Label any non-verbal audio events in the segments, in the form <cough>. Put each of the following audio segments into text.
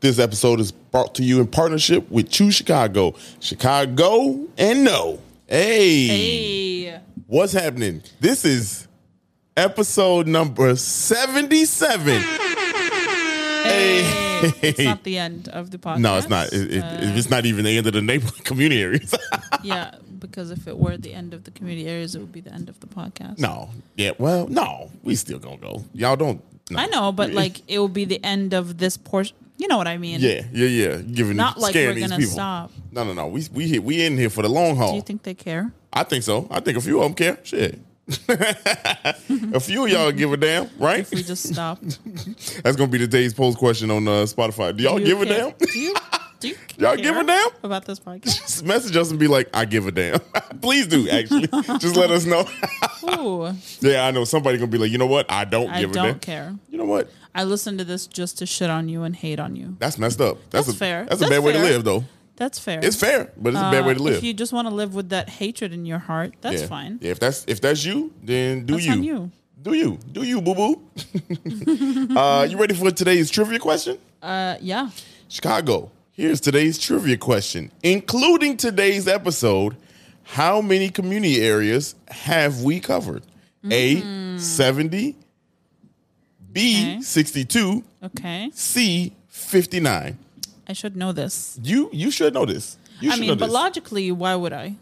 This episode is brought to you in partnership with Chew Chicago. Chicago and no. Hey, Hey. what's happening? This is episode number 77. Hey. It's not the end of the podcast. No, it's not. It, it, it's not even the end of the neighborhood <laughs> community areas. yeah, because if it were the end of the community areas, it would be the end of the podcast. no. Yeah. Well, no. We still gonna go. Y'all don't. no. I know, but like it will be the end of this portion. You know what I mean? Yeah. Yeah. Yeah. Giving Not like scaring we're these gonna people. stop. No. No. No. We we here- we in here for the long haul. Do you think they care? I think so. I think a few of them care. Shit. <laughs> a few of y'all give a damn, right? If we just <laughs> stopped, That's gonna be today's poll question on uh, Spotify. Do y'all Do you give a care- damn? <laughs> Do you? Do you Y'all care give a damn? about this <laughs> podcast? Just message us and be like, I give a damn. <laughs> Please do. <laughs> Actually, just let us know. <laughs> Ooh, yeah, I know somebody gonna be like, you know what? I don't I give a don't damn. care. You know what? I listened to this just to shit on you and hate on you. That's messed up. That's, That's a, fair. That's a That's bad way to fair. live, though. That's fair. It's fair, but it's a bad Uh, way to live. If you just want to live with that hatred in your heart, that's yeah. fine. Yeah, if that's if that's you, then do That's you. on you. Do you? Do you? Boo boo. <laughs> uh, you ready for today's trivia question? Uh, yeah. Chicago. Here's today's trivia question, including today's episode. How many community areas have we covered? A 70, B Okay. 62, Okay. C 59. I should know this. You you should know this. You I should mean, know but this. logically, why would I?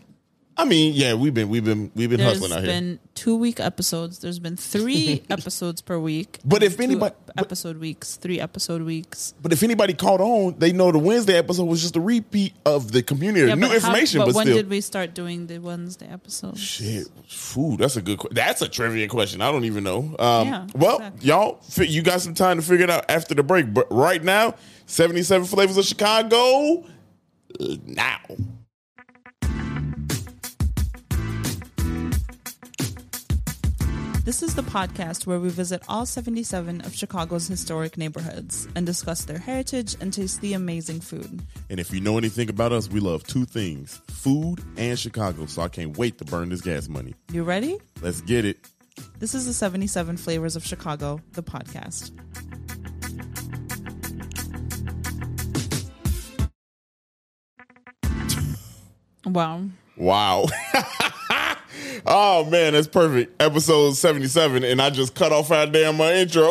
I mean, yeah, we've been we've been we've been There's hustling out here. been two week episodes. There's <laughs> been three episodes per week. But if Two anybody- ep- episode weeks, three episode weeks. But if anybody caught on, they know the Wednesday episode was just a repeat of the community. Yeah, New but how- information, but but, when still. did we start doing the Wednesday episodes? Shit, Phew, that's a good. que- That's a trivia question. I don't even know. Um, Yeah, well, exactly. y'all, fi- you got some time to figure it out after the break. But right now, seventy-seven flavors of Chicago. uh, Now, This is the podcast where we visit all 77 of Chicago's historic neighborhoods and discuss their heritage and taste the amazing food. and if you know anything about us, we love two things: food and Chicago. So I can't wait to burn this gas money. You ready? Let's get it. This is the 77 Flavors of Chicago, the podcast. Wow. Wow. <laughs> oh man, that's perfect. Episode seventy-seven, and I just cut off our damn uh, intro. <laughs>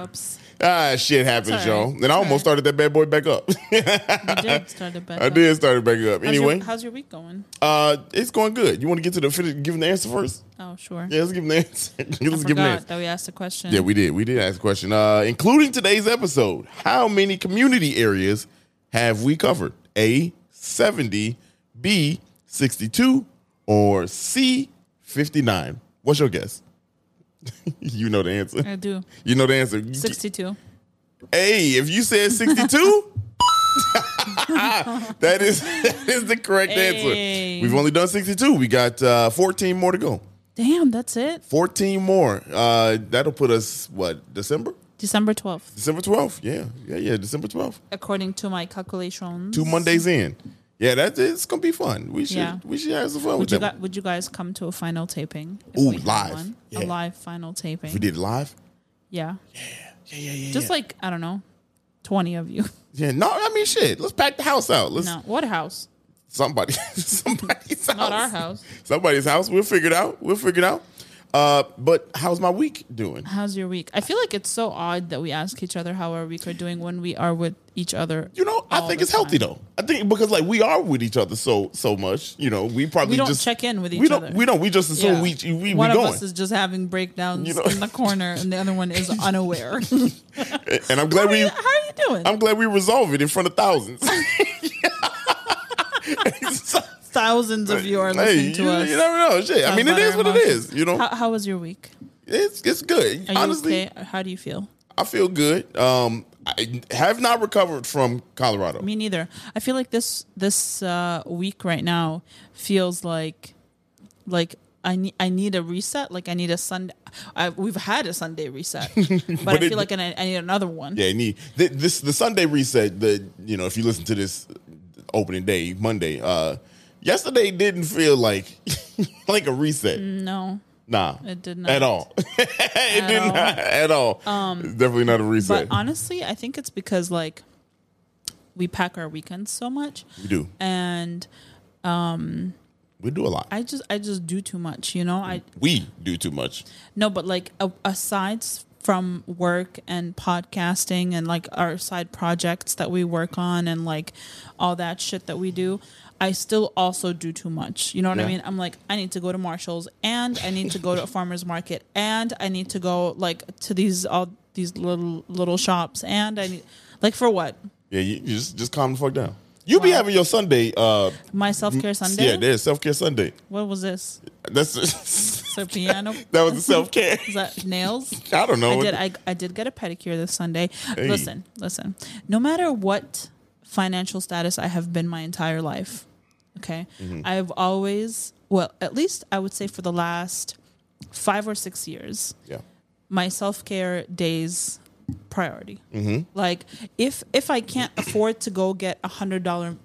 Oops. ah, shit happens, That's all y'all. right. And I almost all right. started that bad boy back up. <laughs> You did start it back. I up. did start it back up. How's your- Anyway, how's your week going? uh, it's going good. You want to get to the finish, giving the answer first? Oh, sure. Yeah, let's give them the answer. <laughs> let's I give them the forgot answer. that we asked a question. Yeah, we did. We did ask a question, uh, including today's episode. How many community areas have we covered? A seventy, B sixty-two, or C fifty-nine? What's your guess? <laughs> you know the answer. I do. You know the answer. You- 62. Hey, if you said 62, <laughs> that is that is the correct Hey. answer. We've only done 62. We got uh, 14 more to go. Damn, that's it. 14 more. Uh, that'll put us what December, December 12th. December 12th. Yeah, yeah, yeah. December 12th. According to my calculations. Two Mondays in. Yeah, that it's gonna be fun. We should Yeah. we should have some fun Would with you, that. guys, would you guys come to a final taping? if Ooh, we had live. Yeah. A live final taping. we did it live. Yeah. Yeah, yeah, yeah. Just yeah. like, I don't know, 20 of you. <laughs> yeah. No, I mean shit. Let's pack the house out. Let's No, what house? somebody <laughs> somebody's house. Not our house. Somebody's house. We'll figure it out. We'll figure it out. Uh, but how's my week doing? How's your week? I feel like it's so odd that we ask each other how our week are doing when we are with each other. You know, I all think the it's healthy time. though. I think because like we are with each other so so much. You know, we probably We don't just check in with each we don't, other. We don't. We just assume Yeah. we we we one going. of us is just having breakdowns You know- in the corner, and the other <laughs> one is unaware. how, <laughs> and I'm glad are we you, how are you doing? I'm glad we resolved it in front of thousands. <laughs> <laughs> Thousands of you are hey, listening you, to us. you never know. Shit, I talk mean, it about is our what it emotions. is. You know, how, how was your week? it's it's good. Are Honestly, you okay? How do you feel? I feel good. Um, I have not recovered from Colorado. Me neither. I feel like this this uh, week right now feels like like I need I need a reset. Like I need a Sunday. I, we've had a <laughs> Sunday reset, but, I But it- feel like I, I need another one. Yeah, need th- this the Sunday reset. The you know if you listen to this opening day <laughs> Monday, uh, yesterday didn't feel like like a reset. No, Nah, Mm. It did at not. all. <laughs> it did all. Um, not at all. it's definitely not a reset. But honestly, I think it's because like we pack our weekends so much, we do. and We do a lot. I just I just do too much. You know, I we do too much. No, but like a- aside s- from work and podcasting and like our side projects that we work on and like all that shit that we do, I still also do too much. You know what Yeah. I mean? I'm like, I need to go to Marshalls and I need to go to a farmer's market and I need to go like to these all these little little shops and I need like for what? Yeah, you, you just just calm the fuck down. You be having your Sunday. Uh, My self care Sunday? Yeah, there's self care Sunday. what was this? That's <laughs> So piano that was the self <laughs> care. is that nails? I don't know. I did. I, I did get a pedicure this Sunday. Hey. Listen, listen. No matter what financial status I have been my entire life, okay, Mm-hmm. I've always, well, at least I would say for the last five or six years, yeah, my self care days priority. Mm-hmm. Like if if I can't afford to go get a hundred dollar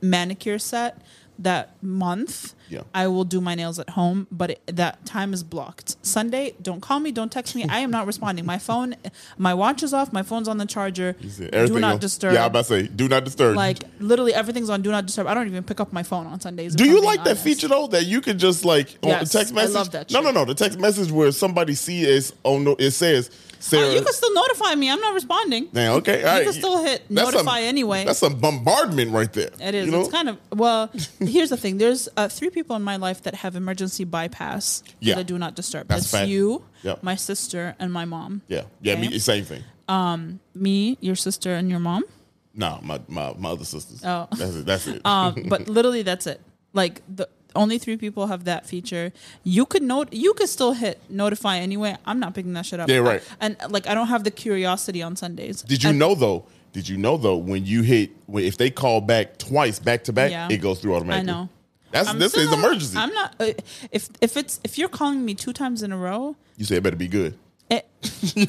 manicure set that month, Yeah. I will do my nails at home. But it, that time is blocked. Sunday, don't call me, don't text me. I am not responding. My phone, my watch is off. My phone's on the charger. You said do everything not on- disturb. Yeah, I about to say do not disturb. like literally everything's on do not disturb. I don't even pick up my phone on Sundays. if do I'm you being like that honest. feature though that you could just like on Yes, the text I message? love that No, no, shit. no. The text message where somebody sees on the- it says Sarah. Oh, you can still notify me. I'm not responding. Damn, okay, all right. can still hit That's a- notify anyway. That's a bombardment right there. It is. you know? It's kind of well. here's the thing. There's uh, three people in my life that have emergency bypass Yeah. that I do not disturb. That's That's, fact. you, Yep. my sister, and my mom. yeah, yeah. Okay. Me, same thing. Me, your sister, and your mom. No, my, my my other sisters. Oh. that's it. That's it. <laughs> <laughs> Um, but literally, that's it. Like the only three people have that feature. You could note. You could still hit notify anyway. I'm not picking that shit up. Yeah, right. And like, I don't have the curiosity on Sundays. Did you And- know though? Did you know though? When you hit, when, if they call back twice, back to back, Yeah. it goes through automatically. I know. That's I'm this still is not- emergency. I'm not. Uh, if if it's if you're calling me two times in a row, you say it better be good. <laughs> it,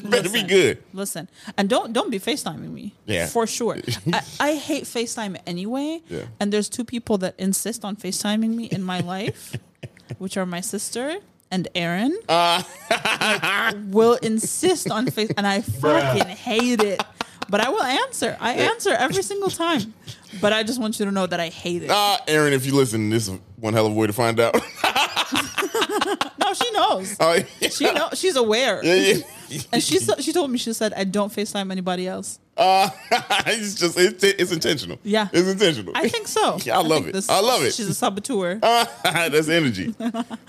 better be Listen, good. Listen, and don't don't be FaceTiming me. Yeah. for sure. <laughs> I, I hate FaceTime anyway. Yeah. And there's two people that insist on FaceTiming me in my life, <laughs> which are my sister and Aaron. Like, will insist on face, and I fucking hate it. But I will answer. I answer every single time. But I just want you to know that I <laughs> hate it. Ah, Aaron, if you listen, this is one hell of a way to find out. <laughs> No, she knows. Uh, She know. She's aware. yeah, yeah. And she sa- she told me she said I don't FaceTime anybody else. Uh, <laughs> it's just it's, it's intentional. Yeah. it's intentional. <laughs> I think so. Yeah, I love think it. I love it. She's a saboteur. Ah, that's energy.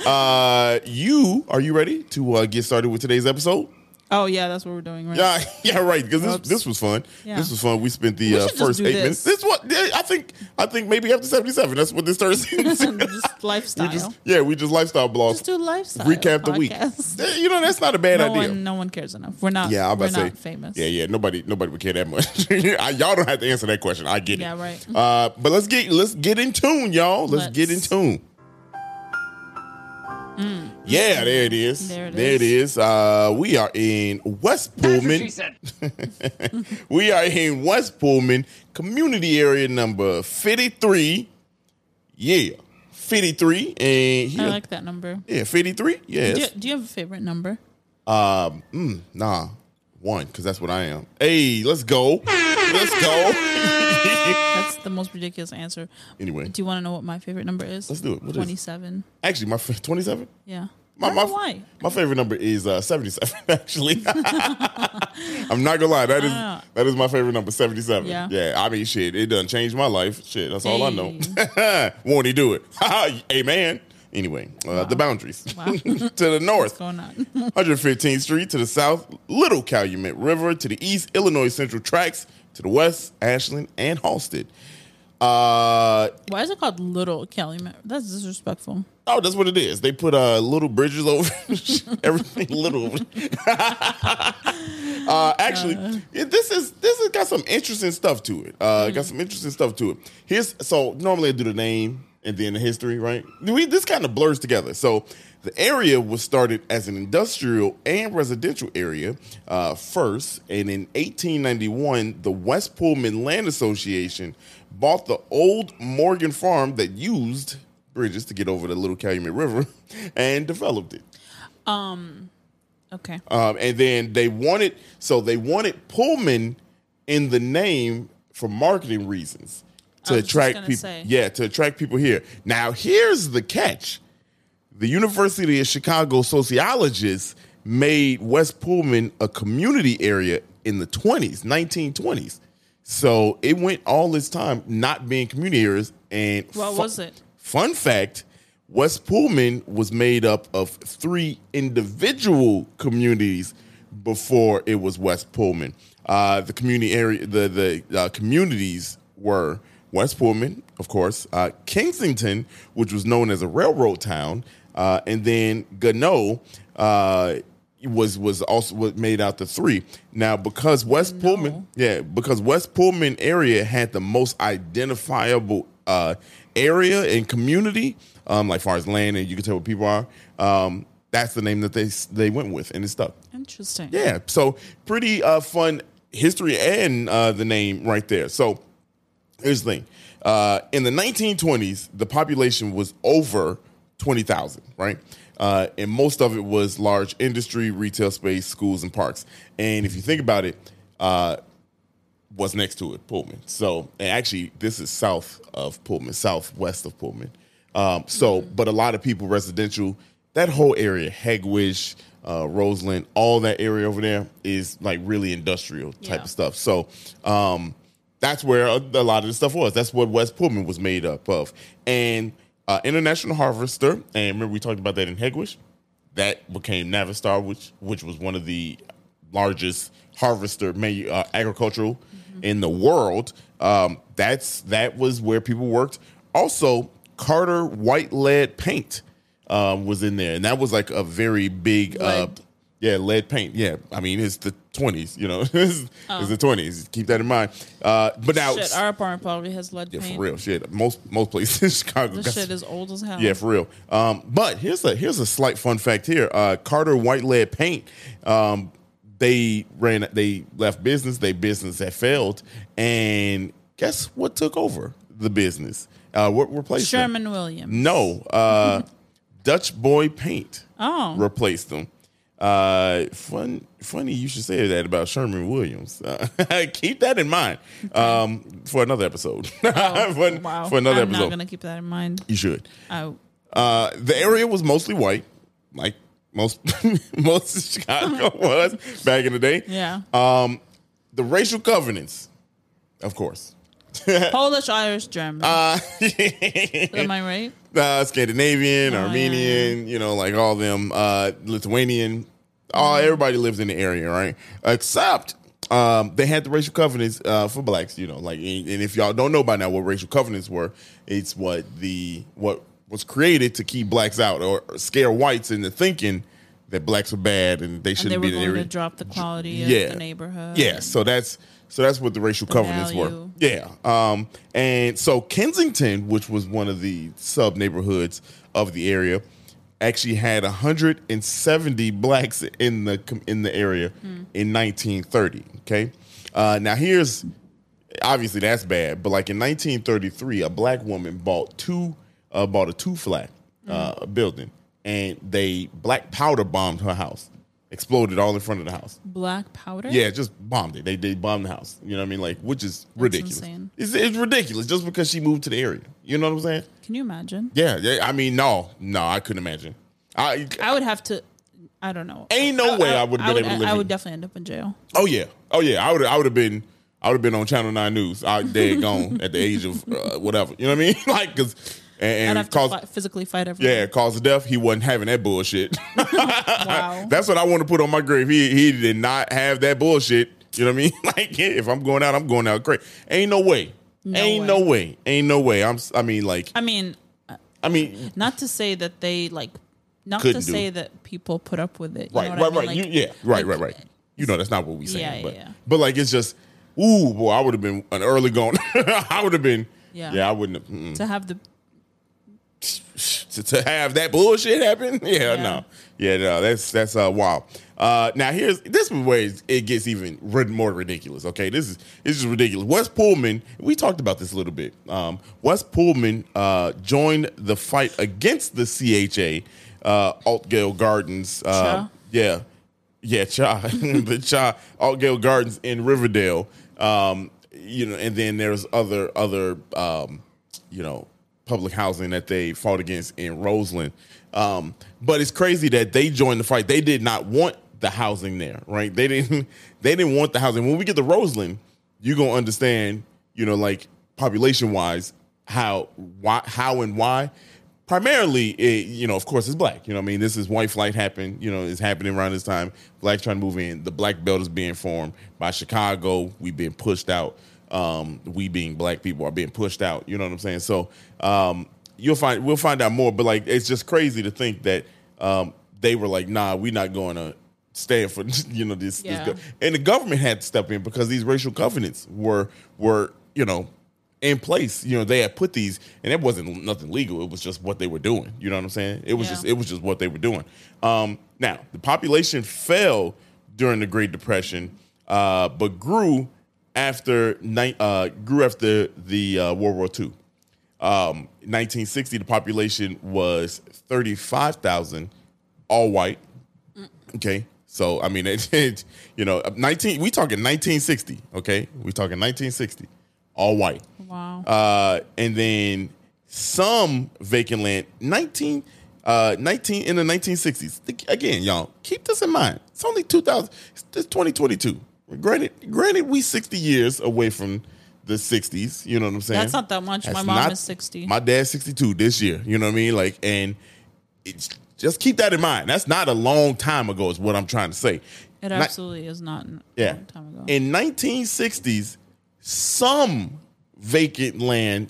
Uh, you are you ready to uh, get started with today's episode? Oh yeah, that's what we're doing right. Yeah, <laughs> yeah, right. Because this, Whoops. this was fun. Yeah. This was fun. We spent the We uh, should just first do eight minutes. this. This what I think. I think maybe after seventy seven. That's what this starts. <laughs> <laughs> now. just lifestyle. just, Just, yeah, we just lifestyle blogs. do lifestyle. Recap the week. <laughs> podcasts. Yeah, You know that's not a bad No idea. one, no one cares enough. We're not. Yeah, I'm about we're to say not famous. Yeah, yeah. Nobody, nobody would care that much. <laughs> I- y'all don't have to answer that question. I get it. Yeah, right. Uh, but let's get let's get in tune, y'all. Let's, get in Let's. tune. Yeah, there it is. Mm. There it it is. Uh, we are in West Pullman. said. <laughs> <laughs> We are in West Pullman, community area number 53. Yeah, 53. And here, I like that number. yeah, 53. Yes. Do you, do you have a favorite number? Um, mm, nah, one, because that's what I am. Hey, let's go. Let's <laughs> go. That's the most ridiculous answer. anyway, Do you want to know what my favorite number is? Let's do it. What is it? Twenty-seven. actually, my 27? Yeah. I My, don't my, know why. my favorite number is uh, 77, <laughs> <laughs> actually. I'm not gonna lie, that is Ah. that is my favorite number, 77. Yeah. I mean shit, it done changed my life. Shit, that's all I know. <laughs> Won't he do it? Amen. Anyway, uh, the boundaries. <laughs> Wow. to the north. What's going on? <laughs> 115th Street to the south, Little Calumet River to the east, Illinois Central Tracks to the west, Ashland and Halsted. Uh, why is it called Little Calumet? That's disrespectful. oh, that's what it is. They put uh, little bridges over <laughs> everything. Little. uh, actually, yeah, this is this has got some interesting stuff to it. Uh, Got some interesting stuff to it. Here's so normally I do the name and then the history, right? We this kind of blurs together. So the area was started as an industrial and residential area uh, first, and in 1891, the West Pullman Land Association bought the old Morgan farm that used bridges to get over the Little Calumet River <laughs> and developed it. Okay. Um, and then they wanted so they wanted Pullman in the name for marketing reasons to I was just attract gonna people. say. Yeah, to attract people here. Now here's the catch: the University of Chicago sociologists made West Pullman a community area in the 20s, 1920s. So it went all this time not being community areas. And What fu- was it? Fun fact West Pullman was made up of three individual communities before it was West Pullman. Uh, the community area, the, the uh, communities were West Pullman, of course, uh, Kensington, which was known as a railroad town, uh, and then Gano. Uh, was was also what made out the three. Now because West Pullman, yeah, because West Pullman area had the most identifiable uh area and community, um, like far as land and you can tell what people are. Um, that's the name that they s- they went with and it stuck. Interesting. Yeah, so pretty uh fun history and uh the name right there. So here's the thing. Uh, in the 1920s, the population was over 20,000, right? Uh, and most of it was large industry, retail space, schools, and parks. And if you think about it, uh, what's next to it? Pullman. So, and actually, this is south of Pullman, southwest of Pullman. Um, so, but a lot of people residential, that whole area, Hegwish, uh, Roseland, all that area over there is like really industrial type Yeah. of stuff. So, um, that's where a, a lot of the stuff was. That's what West Pullman was made up of. And uh, International Harvester, and remember we talked about that in Hegwish, that became Navistar, which which was one of the largest harvester manu- uh, agricultural in the world. Um, that's that was where people worked. Also, Carter White Lead Paint um, was in there, and that was like a very big. Lead. Uh, yeah, lead paint. Yeah, I mean it's the twenties. You know, <laughs> it's, it's the twenties. Keep that in mind. Uh, but now, Oh. Shit, our apartment probably has lead yeah, paint. for real, shit. Most most places in Chicago. This got- shit is old as hell. yeah, for real. Um, but here's a here's a slight fun fact here. Uh, Carter White Lead Paint. Um, they ran. They left business. They business had failed, and guess what took over the business? Uh, what replaced them? Sherman Williams. No, uh, Dutch Boy Paint Oh. replaced them. Uh, fun, funny you should say that about Sherman Williams. <laughs> Uh, keep that in mind um, for another episode. <laughs> for, Oh, wow. for another I'm episode, not gonna keep that in mind. you should. Oh, Uh, the area was mostly white, like most <laughs> most of Chicago <laughs> was back in the day. yeah. Um, the racial covenants, of course. Polish, Irish, German. <laughs> Am I right? uh, Scandinavian, Oh, yeah. Armenian, you know, like all them, uh, Lithuanian, all Mm-hmm. everybody lives in the area, right? Except um, they had the racial covenants uh, for blacks, you know, like, and, and if y'all don't know by now what racial covenants were, it's what the what was created to keep blacks out or scare whites into thinking that blacks are bad and they And <laughs> shouldn't they were be in the going area. to drop the quality Yeah. of the neighborhood. Yeah, so that's so that's what the racial covenants were. value. Yeah. Um and so Kensington, which was one of the sub neighborhoods of the area, actually had 170 blacks in the com- in the area in 1930, okay? Uh now here's obviously that's bad, but like in 1933, a black woman bought two uh, bought a two flat uh, building and they black powder bombed her house. Exploded all in front of the house. Black powder? Yeah, just bombed it. They they bombed the house. You know what I mean? Like, which is ridiculous. insane. It's, it's ridiculous just because she moved to the area. You know what I'm saying? Can you imagine? Yeah, yeah. I mean, no, no, I couldn't imagine. I I would have to. I don't know. Ain't no way I would've been able to live I in- would definitely end up in jail. oh yeah, oh yeah. I would I would have been I would have been on Channel Nine News. I dead gone at the age of uh, whatever. You know what I mean? <laughs> Like, cause and, I'd and have cause to fight, physically fight <laughs> everyone. yeah, cause of death. He wasn't having that bullshit. <laughs> Wow. That's what I want to put on my grave. He he did not have that bullshit. You know what I mean? <laughs> Like yeah, if I'm going out, I'm going out great. Ain't no way. Ain't way. no way. Ain't no way. I'm. s- I mean, like. I mean, uh, I mean. not to say that they like, not Couldn't to do. say that people put up with it. You Right. know Right. what Right. I mean? you, Like, yeah. Right. like, right. Right. You know that's not what we saying. Yeah, yeah, but yeah. but like it's just. Ooh, boy, I would have been an early going. <laughs> I would have been. Yeah. Yeah. I wouldn't have. mm-mm. To have the <laughs> to, to have that bullshit happen. <laughs> Yeah, Yeah. no, yeah, no. That's that's uh, wild. Uh, now here's this is where it gets even rid- more ridiculous. Okay, this is this is ridiculous. West Pullman, we talked about this a little bit. Um, West Pullman uh, joined the fight against the CHA uh, Altgale Gardens. Uh, Cha? yeah, yeah, Cha, <laughs> the Cha Altgale Gardens in Riverdale. Um, you know, and then there's other other um, you know public housing that they fought against in Roseland. Um, but it's crazy that they joined the fight. They did not want the housing there, right? They didn't. <laughs> They didn't want the housing. When we get to Roseland, you're gonna understand. You know, like population wise, how why how and why primarily, it, you know, of course, it's black. You know, what I mean, this is white flight happen. You know, it's happening around this time. Blacks trying to move in. The black belt is being formed by Chicago. We've been pushed out. Um, we being black people are being pushed out. You know what I'm saying? So um, you'll find we'll find out more. But like, it's just crazy to think that um, they were like, "Nah, we're not going to stand for <laughs> you know this." Yeah. this go-" and the government had to step in because these racial covenants were were you know in place. You know, they had put these, and it wasn't nothing legal. It was just what they were doing. You know what I'm saying? It was Yeah. just it was just what they were doing. Um, now the population fell during the Great Depression, uh, but grew after ni- uh, grew after the uh, World War II. Um, 1960, the population was 35,000, all white. Okay. So I mean, <laughs> it, it, you know, 19. We talking 1960. Okay, we talking 1960, all white. Wow. Uh, and then some vacant land. 19, uh, 19 in the 1960s. Think- Again, y'all keep this in mind. It's only 2000. It's it's 2022. Granted, granted, we 60 years away from the 60s. You know what I'm saying? That's not that much. My mom is 60. My dad's 62 this year. You know what I mean? Like, and it's just keep that in mind. That's not a long time ago. Is what I'm trying to say. It Not- absolutely is not a yeah. long time ago. In 1960s, some vacant land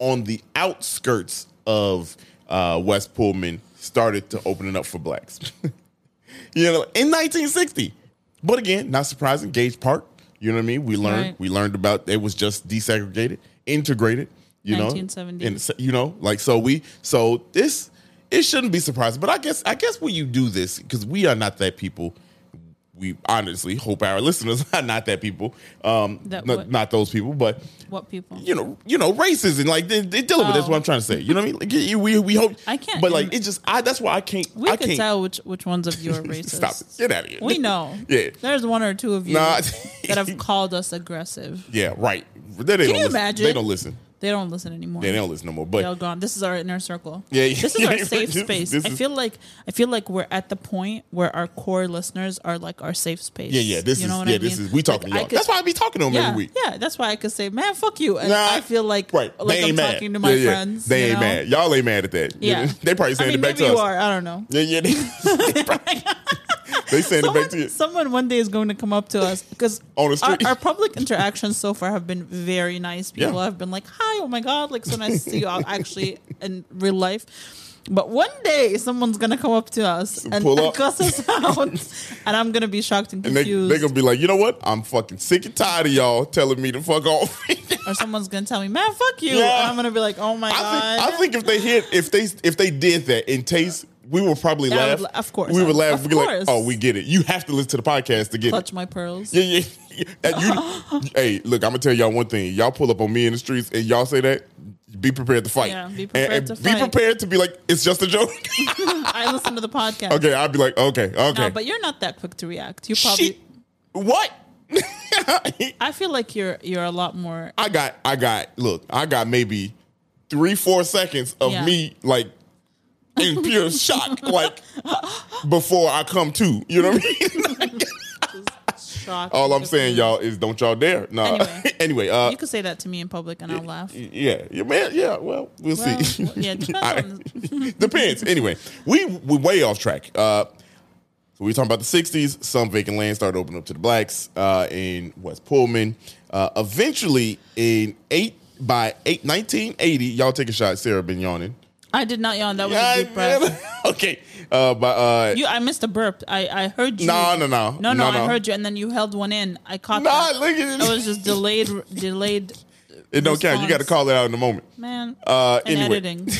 on the outskirts of uh, West Pullman started to opening up for blacks. <laughs> you know, in 1960. But again, not surprising. Gage Park. You know what I mean? We learned. Right. We learned about it was just desegregated, integrated. You know, 1970s. And so- you know, like so we so this it shouldn't be surprising. But I guess I guess when you do this because we are not that people we honestly hope our listeners <laughs> are not that people, um, That not, what? not those people, but what people? you know, you know, racism. Like they, they dealing with. That's Oh. what I'm trying to say. You know what I mean? Like, you- we we hope. I can't But like im- it just. I that's why I can't. we I <laughs> can can't tell which which ones of you are <laughs> racist. Stop it. Get out of here. We know. <laughs> yeah. There's one or two of you Nah. <laughs> that have called us aggressive. Yeah. Right. They, they Can don't you listen. imagine? They don't listen. They don't listen anymore. Yeah, they don't listen no more. But They're all gone. This is our inner circle. Yeah, <laughs> yeah. This is our safe This- space. this I is- feel like I feel like we're at the point where our core listeners are like our safe space. yeah, yeah. This you know is what yeah. I mean? This is we talking Like, I y'all. could- that's why I be talking to them yeah, every week. Yeah, that's why I could say, man, fuck you. And Nah, I feel like, right. like they I'm ain't mad. talking to my Yeah, yeah. friends. They you ain't know? mad. Y'all ain't mad at that. You Yeah. know, <laughs> they probably I saying mean, it back maybe to you us. are. I don't know. Yeah, yeah. They, <laughs> they saying it back to you. Someone, someone one day is going to come up to us because <laughs> On the our, street. our public interactions so far have been very nice. People Yeah. have been like, "Hi, oh my god!" Like so nice to see <laughs> you out actually in real life. But one day someone's gonna come up to us and, Pull and up. <laughs> cuss us out, and I'm gonna be shocked and And they, confused. they gonna be like, you know what? I'm fucking sick and tired of y'all telling me to fuck off. <laughs> I think or someone's gonna tell me, "Man, fuck you!" Yeah. And I'm gonna be like, "Oh my god!" I think if they hit if they if they did that in taste, we would probably Yeah, I laugh. would la- of course, we I would would- laugh. of We'd be like, course. oh, we get it. You have to listen to the podcast to get it. clutch my pearls. Yeah, yeah. yeah. And you- <laughs> you- hey, look, I'm gonna tell y'all one thing. Y'all pull up on me in the streets and y'all say that. Be prepared to fight. Yeah, be And- prepared and to Be fight. prepared to be like, it's just a joke. <laughs> <laughs> I listen to the podcast. okay, I'd be like, okay, okay. No, but you're not that quick to react. You probably. Shit. What? <laughs> I feel like you're you're a lot more I got, I got. Look, I got maybe three, four seconds of Yeah. me like <laughs> in pure shock, like before I come to. You know what I mean? <laughs> shocked. All and I'm saying, confused. y'all, is don't y'all dare. No. <laughs> Anyway, Anyway. uh, You could say that to me in public and I'll laugh. yeah, yeah, man, yeah. Well, we'll, Well, see. well, <laughs> yeah, depends on- depends. Anyway, we we way off track. Uh, so we were talking about the '60s. Some vacant land started opening up to the blacks uh, in West Pullman. Uh, eventually, in eight by eight 1980, y'all take a shot. Sarah been yawning. I did not yawn. That was a Yeah, deep breath. <laughs> okay. Uh, by uh, You, I missed a burp. I, I heard you. No, no, no. No, no, No, no. I heard you. And then you held one in. I caught uh, nah, that. look at That it. was just delayed, delayed, It don't count. You got to response. call it out in a moment. man. Uh, and anyway. <laughs> Uh, editing.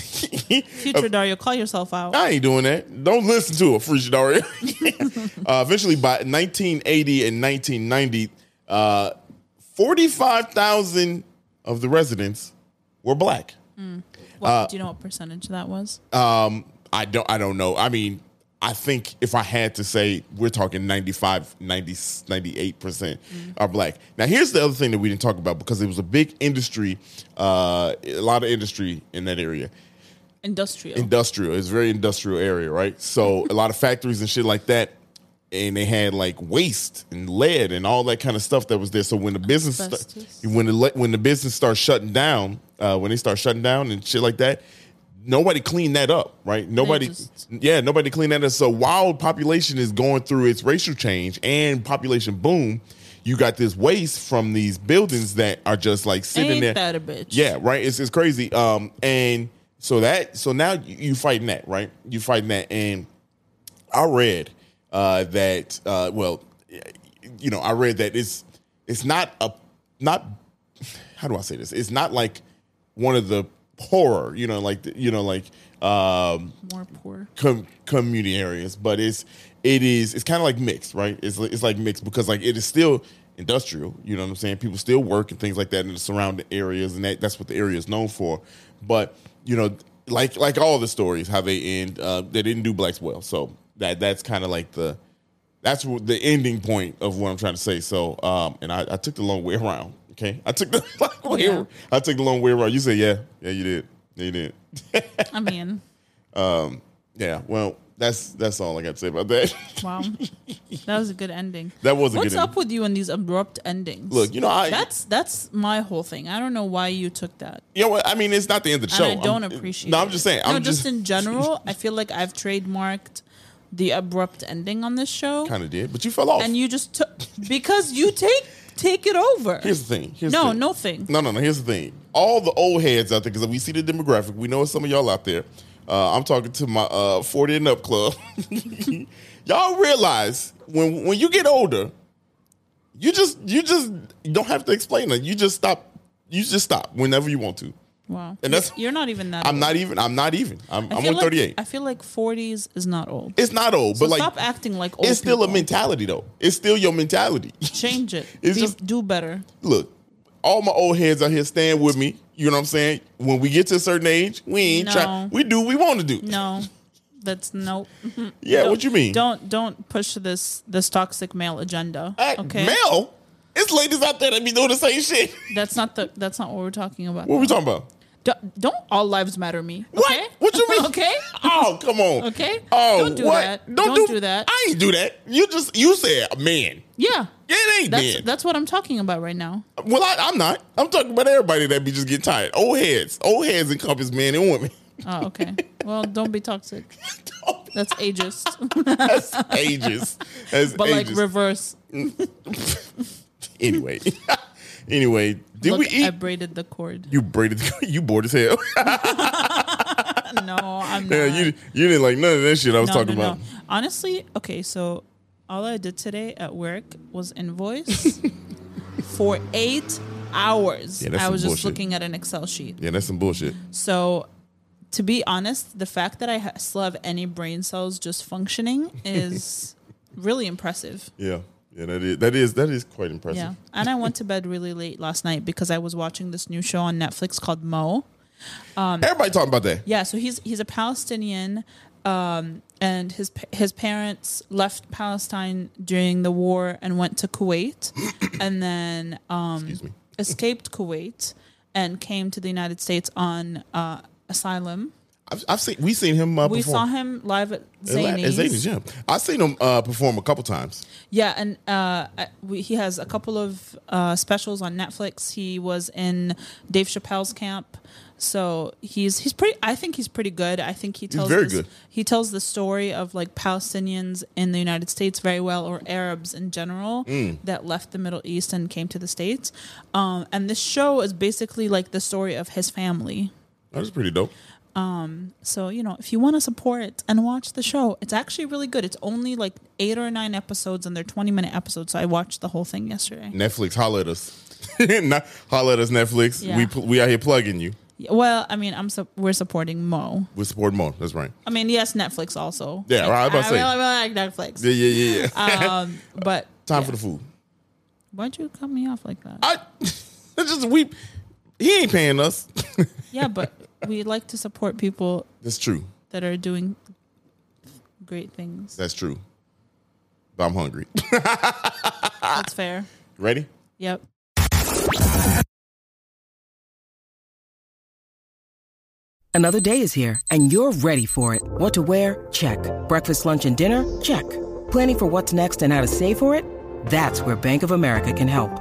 Future Dario, call yourself out. I ain't doing that. Don't listen to it, Freaky Dario. <laughs> uh, eventually, by 1980 and 1990, uh, 45,000 of the residents were black. What, do you know what percentage that was? Um, I don't I don't know. I mean, I think if I had to say we're talking 95 90 98% are black. Now here's the other thing that we didn't talk about because it was a big industry uh a lot of industry in that area. Industrial. Industrial. It's a very industrial area, right? <laughs> So a lot of factories and shit like that. And they had like waste and lead and all that kind of stuff that was there. So when the business sta- Asbestos. when the le- when the business starts shutting down, uh, when they start shutting down and shit like that, nobody cleaned that up, right? Nobody, just- yeah, nobody cleaned that up. So while population is going through its racial change and population boom, you got this waste from these buildings that are just like sitting there. Ain't that a bitch? Yeah, right. It's it's crazy. Um, and so that so now you, you fighting that, right? You fighting that, and I read uh, that. Uh, well, you know, I read that it's it's not a not how do I say this? It's not like one of the poorer, you know, like the- you know, like um, More poor. com- community areas, but it's it is it's kind of like mixed, right? It's li- it's like mixed because like it is still industrial. You know what I'm saying? People still work and things like that in the surrounding areas, and that, that's what the area is known for. But you know, like like all the stories, how they end, uh, they didn't do blacks well, so that that's kind of like the that's what the ending point of what I'm trying to say. So, um, and I, I took the long way around. Okay, I took the <laughs> long way. Yeah. I took the long way around. You said, yeah, yeah, you did, yeah, you did. I mean, Yeah, well, that's that's all I got to say about that. <laughs> wow. That was a good ending. that was a What's good up with you and these abrupt endings? Look, you know, I that's that's my whole thing. I don't know why you took that. you know what I mean. It's not the end of the And show. I don't I'm- appreciate No, I'm it. just saying. No, I'm just, just, in general, I feel like I've trademarked the abrupt ending on this show. kind of did, but you fell off. and you just took because you take take it over. here's the thing. Here's the No, thing. no thing. No, no, no. Here's the thing. All the old heads out there, because we see the demographic. We know it's some of y'all out there. Uh, I'm talking to my uh, 40 and up club. <laughs> y'all realize when when you get older, you just you just don't have to explain it. You just stop. You just stop whenever you want to. Wow, And that's- you're not even that. I'm old. not even. I'm not even. I'm, I I'm feel on like- 38. I feel like 40s is not old. It's not old, So but like stop acting like old. it's still a people. mentality though. It's still your mentality. <laughs> Change it. It's Be- just- do better. Look, all my old heads out here stand with me. You know what I'm saying? When we get to a certain age, we ain't No. trying. We do what we want to do. No, that's no. <laughs> Yeah, Don't- what you mean? Don't don't push this this toxic male agenda. Act okay, male. It's ladies out there that be doing the same shit. <laughs> that's not the that's not what we're talking about. What we talking about? Don't, don't all lives matter me. What? okay? What you mean? <laughs> okay. Oh, come on. Okay. Oh, Don't do what? that. Don't do that. I ain't do that. You just you said man. Yeah. Yeah, it ain't That's man. that's what I'm talking about right now. well, I, I'm not. I'm talking about everybody that be just getting tired. Old heads. Old heads encompass men and women. <laughs> Oh, okay. well, don't be toxic. That's <laughs> ageist, That's ages. That's but like ages. reverse. anyway, <laughs> anyway, did Look, we eat? I braided the cord. you braided. <laughs> You bored as hell. <laughs> no, I'm not. Yeah, you you didn't like none of that shit I was Uh, no, talking no, about. no. Honestly, okay, so all I did today at work was <laughs> invoice for eight hours. Yeah, that's I some was just bullshit. looking at an Excel sheet. Yeah, that's some bullshit. So, to be honest, the fact that I ha- still have any brain cells just functioning <laughs> is really impressive. Yeah, yeah, that is that is that is quite impressive. Yeah. And I went to bed really late last night because I was watching this new show on Netflix called Mo. Everybody talking about that. Um, Yeah, so he's he's a Palestinian, um, and his pa- his parents left Palestine during the war and went to <coughs> Kuwait, and then um, Excuse me. escaped Kuwait and came to the United States on uh, asylum. I've, I've seen we seen him. Uh, We perform. saw him live at At Zany's. Zany's, yeah. I've seen him uh, perform a couple times. Yeah, and uh, I- we, he has a couple of uh, specials on Netflix. He was in Dave Chappelle's camp, so he's he's pretty. I think he's pretty good. I think he tells very this- good. He tells the story of like Palestinians in the United States very well, or Arabs in general Hmm. that left the Middle East and came to the states. Um, and this show is basically like the story of his family. That was pretty dope. So, you know, if you want to support and watch the show, it's actually really good. It's only like eight or nine episodes and they're 20 minute episodes. So I watched the whole thing yesterday. Netflix, holler at us. <laughs> Not, holler at us, Netflix. Yeah. We we out here plugging you. Yeah, Well, I mean, I'm su- we're supporting Mo. We support more. That's right. I mean, yes, Netflix also. Yeah, right, I was about to say. really, really like Netflix. Yeah, yeah, yeah. yeah. Um, but Time for the food. why'd you cut me off like that? I <laughs> it's just we he ain't paying us. <laughs> Yeah, but we like to support people That's true. that are doing great things. That's true. But I'm hungry. <laughs> Ah. That's fair. Ready? Yep. Another day is here, and you're ready for it. What to wear? Check. Breakfast, lunch, and dinner? Check. Planning for what's next and how to save for it? That's where Bank of America can help.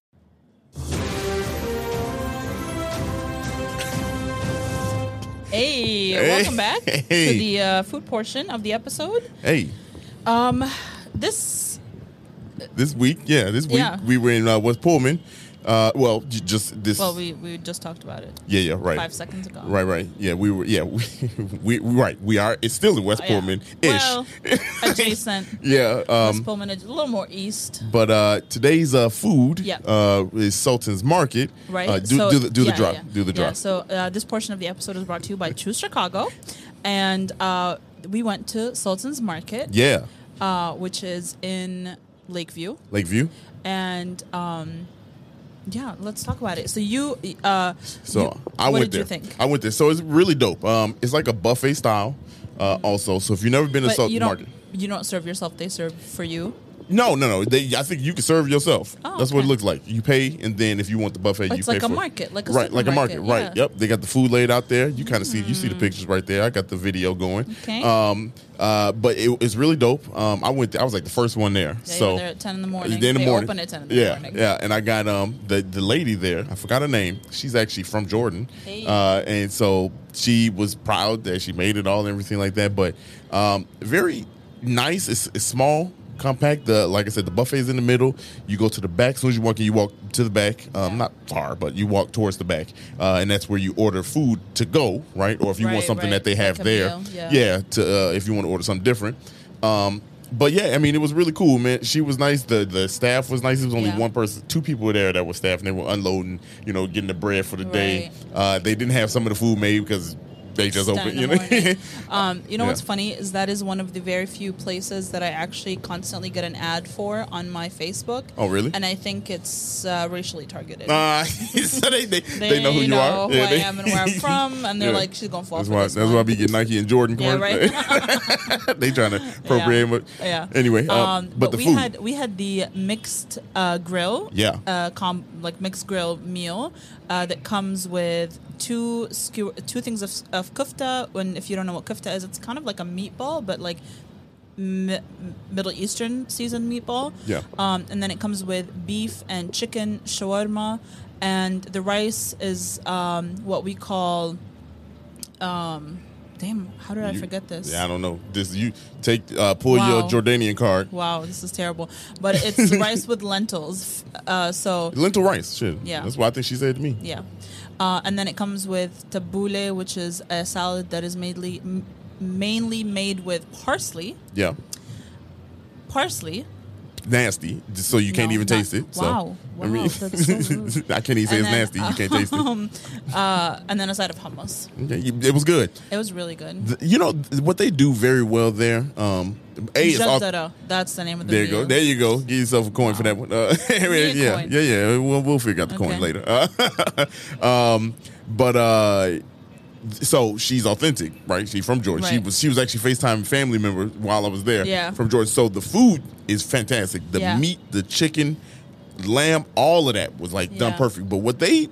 Hey, Hey. welcome back <laughs> Hey. to the uh, food portion of the episode. Hey, Um, this this week, yeah, this week Yeah. we were in uh, West Pullman. Uh, well, j- just this. well, we we just talked about it yeah, yeah, right. five seconds ago. Right, right. Yeah, we were. Yeah, <laughs> we, we right. We are. It's still in West Oh, Yeah. Pullman ish. <laughs> Well, adjacent. yeah. Um, West Pullman, a little more east. But uh, today's uh, food Yep. uh, is Sultan's Market. right? Uh, do, do the, do yeah, the drop. yeah. Do the drop. Yeah, so uh, this portion of the episode is brought to you by Choose Chicago, and uh, we went to Sultan's Market, yeah. uh, which is in Lakeview, Lakeview. and um, yeah, let's talk about it. So you, uh, So you- I what went did there. You think? I went there. So it's really dope. Um, it's like a buffet style. Uh, also, so if you've never been to but Sultan's you don't, Market, you don't serve yourself; they serve for you. no, no, no. They, I think you can serve yourself. Oh, That's what it okay. looks like. You pay, and then if you want the buffet, It's you like pay a for it. market, like a right, like a market, supermarket, right? yeah. Hmm. Yep. They got the food laid out there. You kind of see, you see the pictures right there. I got the video going. Okay. Um, uh, but it, it's really dope. Um, I went. I was like the first one there. They so were there at ten in the morning. Then in they the morning. open at ten in the yeah, morning. Yeah, and I got um the, the lady there. I forgot her name. She's actually from Jordan, Hey. uh, and so she was proud that she made it all and everything like that. But um, very nice. It's, it's small, compact. The like I said, the buffet is in the middle. You go to the back. As soon as you walk in, you walk to the back. Um, Not far, but you walk towards the back, uh, and that's where you order food to go, right? Or if you want Right, something right. that they have Like a there, meal, yeah. yeah, to uh, if you want to order something different. Um, but yeah, I mean, it was really cool, man. She was nice. The the staff was nice. It was only Yeah. one person, two people were there that were staff, and they were unloading, you know, getting the bread for the day. Right. Uh, they didn't have some of the food made because they just Start opened, in you the know. morning. um, you know Yeah. what's funny is that is one of the very few places that I actually constantly get an ad for on my Facebook. Oh, really? And I think it's uh, racially <laughs> targeted. uh, <laughs> so they, they, they, know who you know are. who I am and <laughs> where I'm from, and they're like, "She's gonna fall That's for why. this that's one." why we get Nike and Jordan. Yeah, commercials. <laughs> they <laughs> trying to <laughs> appropriate. what- yeah. Um, Anyway, uh, but, the we food. had we had the mixed uh, grill. Yeah. Uh, com- like mixed grill meal uh, that comes with two skewer, two things of, of kofta. When if you don't know what kofta is, it's kind of like a meatball, but like. Mi- Middle Eastern seasoned meatball. Yeah. Um, and then it comes with beef and chicken shawarma, and the rice is um, what we call. Um, damn, how did I You- forget this? Yeah, I don't know. This you take uh, pull Wow. your Jordanian card. Wow, this is terrible. But <laughs> it's rice with lentils. Uh, so Lentil rice. Shit. Yeah. That's what I think she said to me. yeah, uh, and then it comes with tabbouleh, which is a salad that is mainly m- mainly made with parsley. Yeah. Parsley. Nasty. Just So you can't No, even not- taste it. So, wow. I mean, Wow, that's <laughs> so rude. I can't even say And it's nasty. then, You can't taste it. Um, uh, and then a side of hummus. Okay, you- It was good. It was really good. Th- You know th- what they do very well there. Um, a is all, there Jazzara, that's the name of the you go. meal. There you go. Get yourself a coin for that one. Uh, <laughs> a yeah, coin. yeah, yeah. We'll, we'll figure out the coin Okay. later. <laughs> um, but uh, so she's authentic, right? She's from Jordan. She Right. was she was actually FaceTime family member while I was there. Yeah. From Jordan. So the food is fantastic. The Yeah. meat, the chicken, lamb, all of that was like done Yeah. perfect. But what they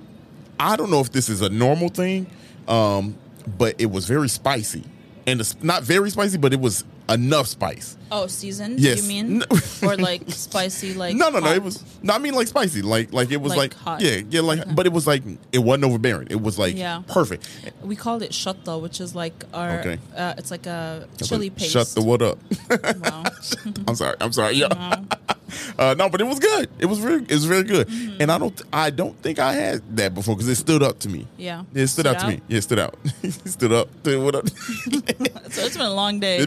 I don't know if this is a normal thing, um, but it was very spicy. And it's not very spicy, but it was enough spice. oh, seasoned? Yes. You mean No. <laughs> or like <laughs> spicy? Like no, no, no. It hot? was no. I mean, like spicy. Like, like it was like, Like hot. yeah, yeah. Like, but it was like it wasn't overbearing. It was like Yeah. perfect. We called it shatta, which is like our. Okay. Uh, it's like a chili paste. Shut the what up. <laughs> <laughs> Wow. I'm sorry. I'm sorry. Yeah. Uh-huh. <laughs> Uh, no, but it was good. It was very, it was very good. Mm-hmm. And I don't, I don't think I had that before because it stood up to me. Yeah. it stood, Stood out, to out? me. Yeah, it stood out. <laughs> it stood up. Stood what up? <laughs> <laughs> So it's been a long day. it's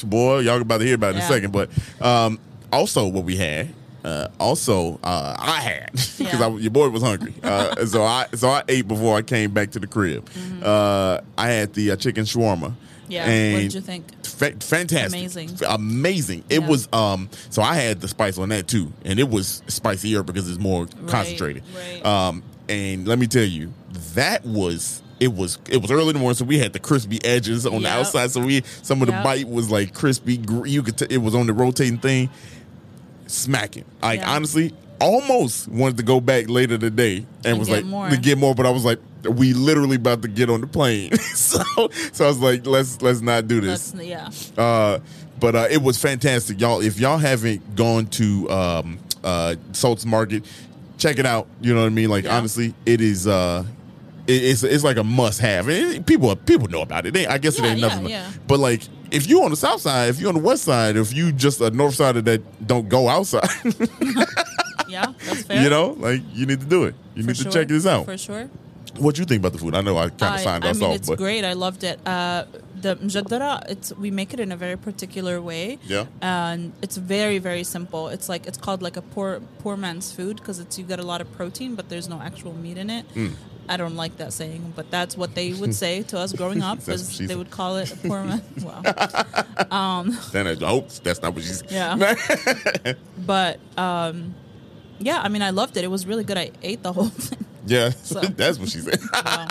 been a, boy. Y'all about to hear about it in a Yeah. second. But um, also, what we had Uh, also, uh, I had <laughs> because Yeah. your boy was hungry, uh, so I so I ate before I came back to the crib. Uh, I had the uh, chicken shawarma. Mm-hmm. Yeah, and what did you think? fa- fantastic, Amazing. F- amazing. It Yeah. was um. So I had the spice on that too, and it was spicier because it's more concentrated. right. Um, and let me tell you, that was it was it was early in the morning, so we had the crispy edges on the Yep. outside. So we some of the Yep. bite was like crispy. gr- You could t- it was on the rotating thing, smacking. Like Yeah. honestly, almost wanted to go back later today and And was get like more. to get more, but I was like, we literally about to get on the plane, <laughs> so so I was like, let's let's not do this. That's, yeah. Uh, but uh, it was fantastic, y'all. If y'all haven't gone to um, uh, Salt's Market, check it out. You know what I mean? Like Yeah. honestly, it is. Uh, it- it's it's like a must have. people people know about it. They, I guess it Yeah, ain't yeah, nothing. yeah. But like, if you on the south side, if you on the west side, if you just a north side of that, don't go outside. <laughs> Yeah, that's fair. you know, like you need to do it. You For need sure. to check this out. For sure. What you think about the food? I know I kind of I- signed I us mean, off, it's but great. I loved it. Uh, the mjaddara, it's we make it in a very particular way. Yeah. and it's very very simple. It's like it's called like a poor poor man's food because it's you get a lot of protein, but there's no actual meat in it. Mm. I don't like that saying, but that's what they would say to us growing up. <laughs> That's what is she they said. would call it a poor <laughs> man. Wow. then I hope that's not what you. said. Yeah. <laughs> but um, yeah, I mean, I loved it. It was really good. I ate the whole <laughs> thing. Yeah, <laughs> So- that's what she said. <laughs> Wow.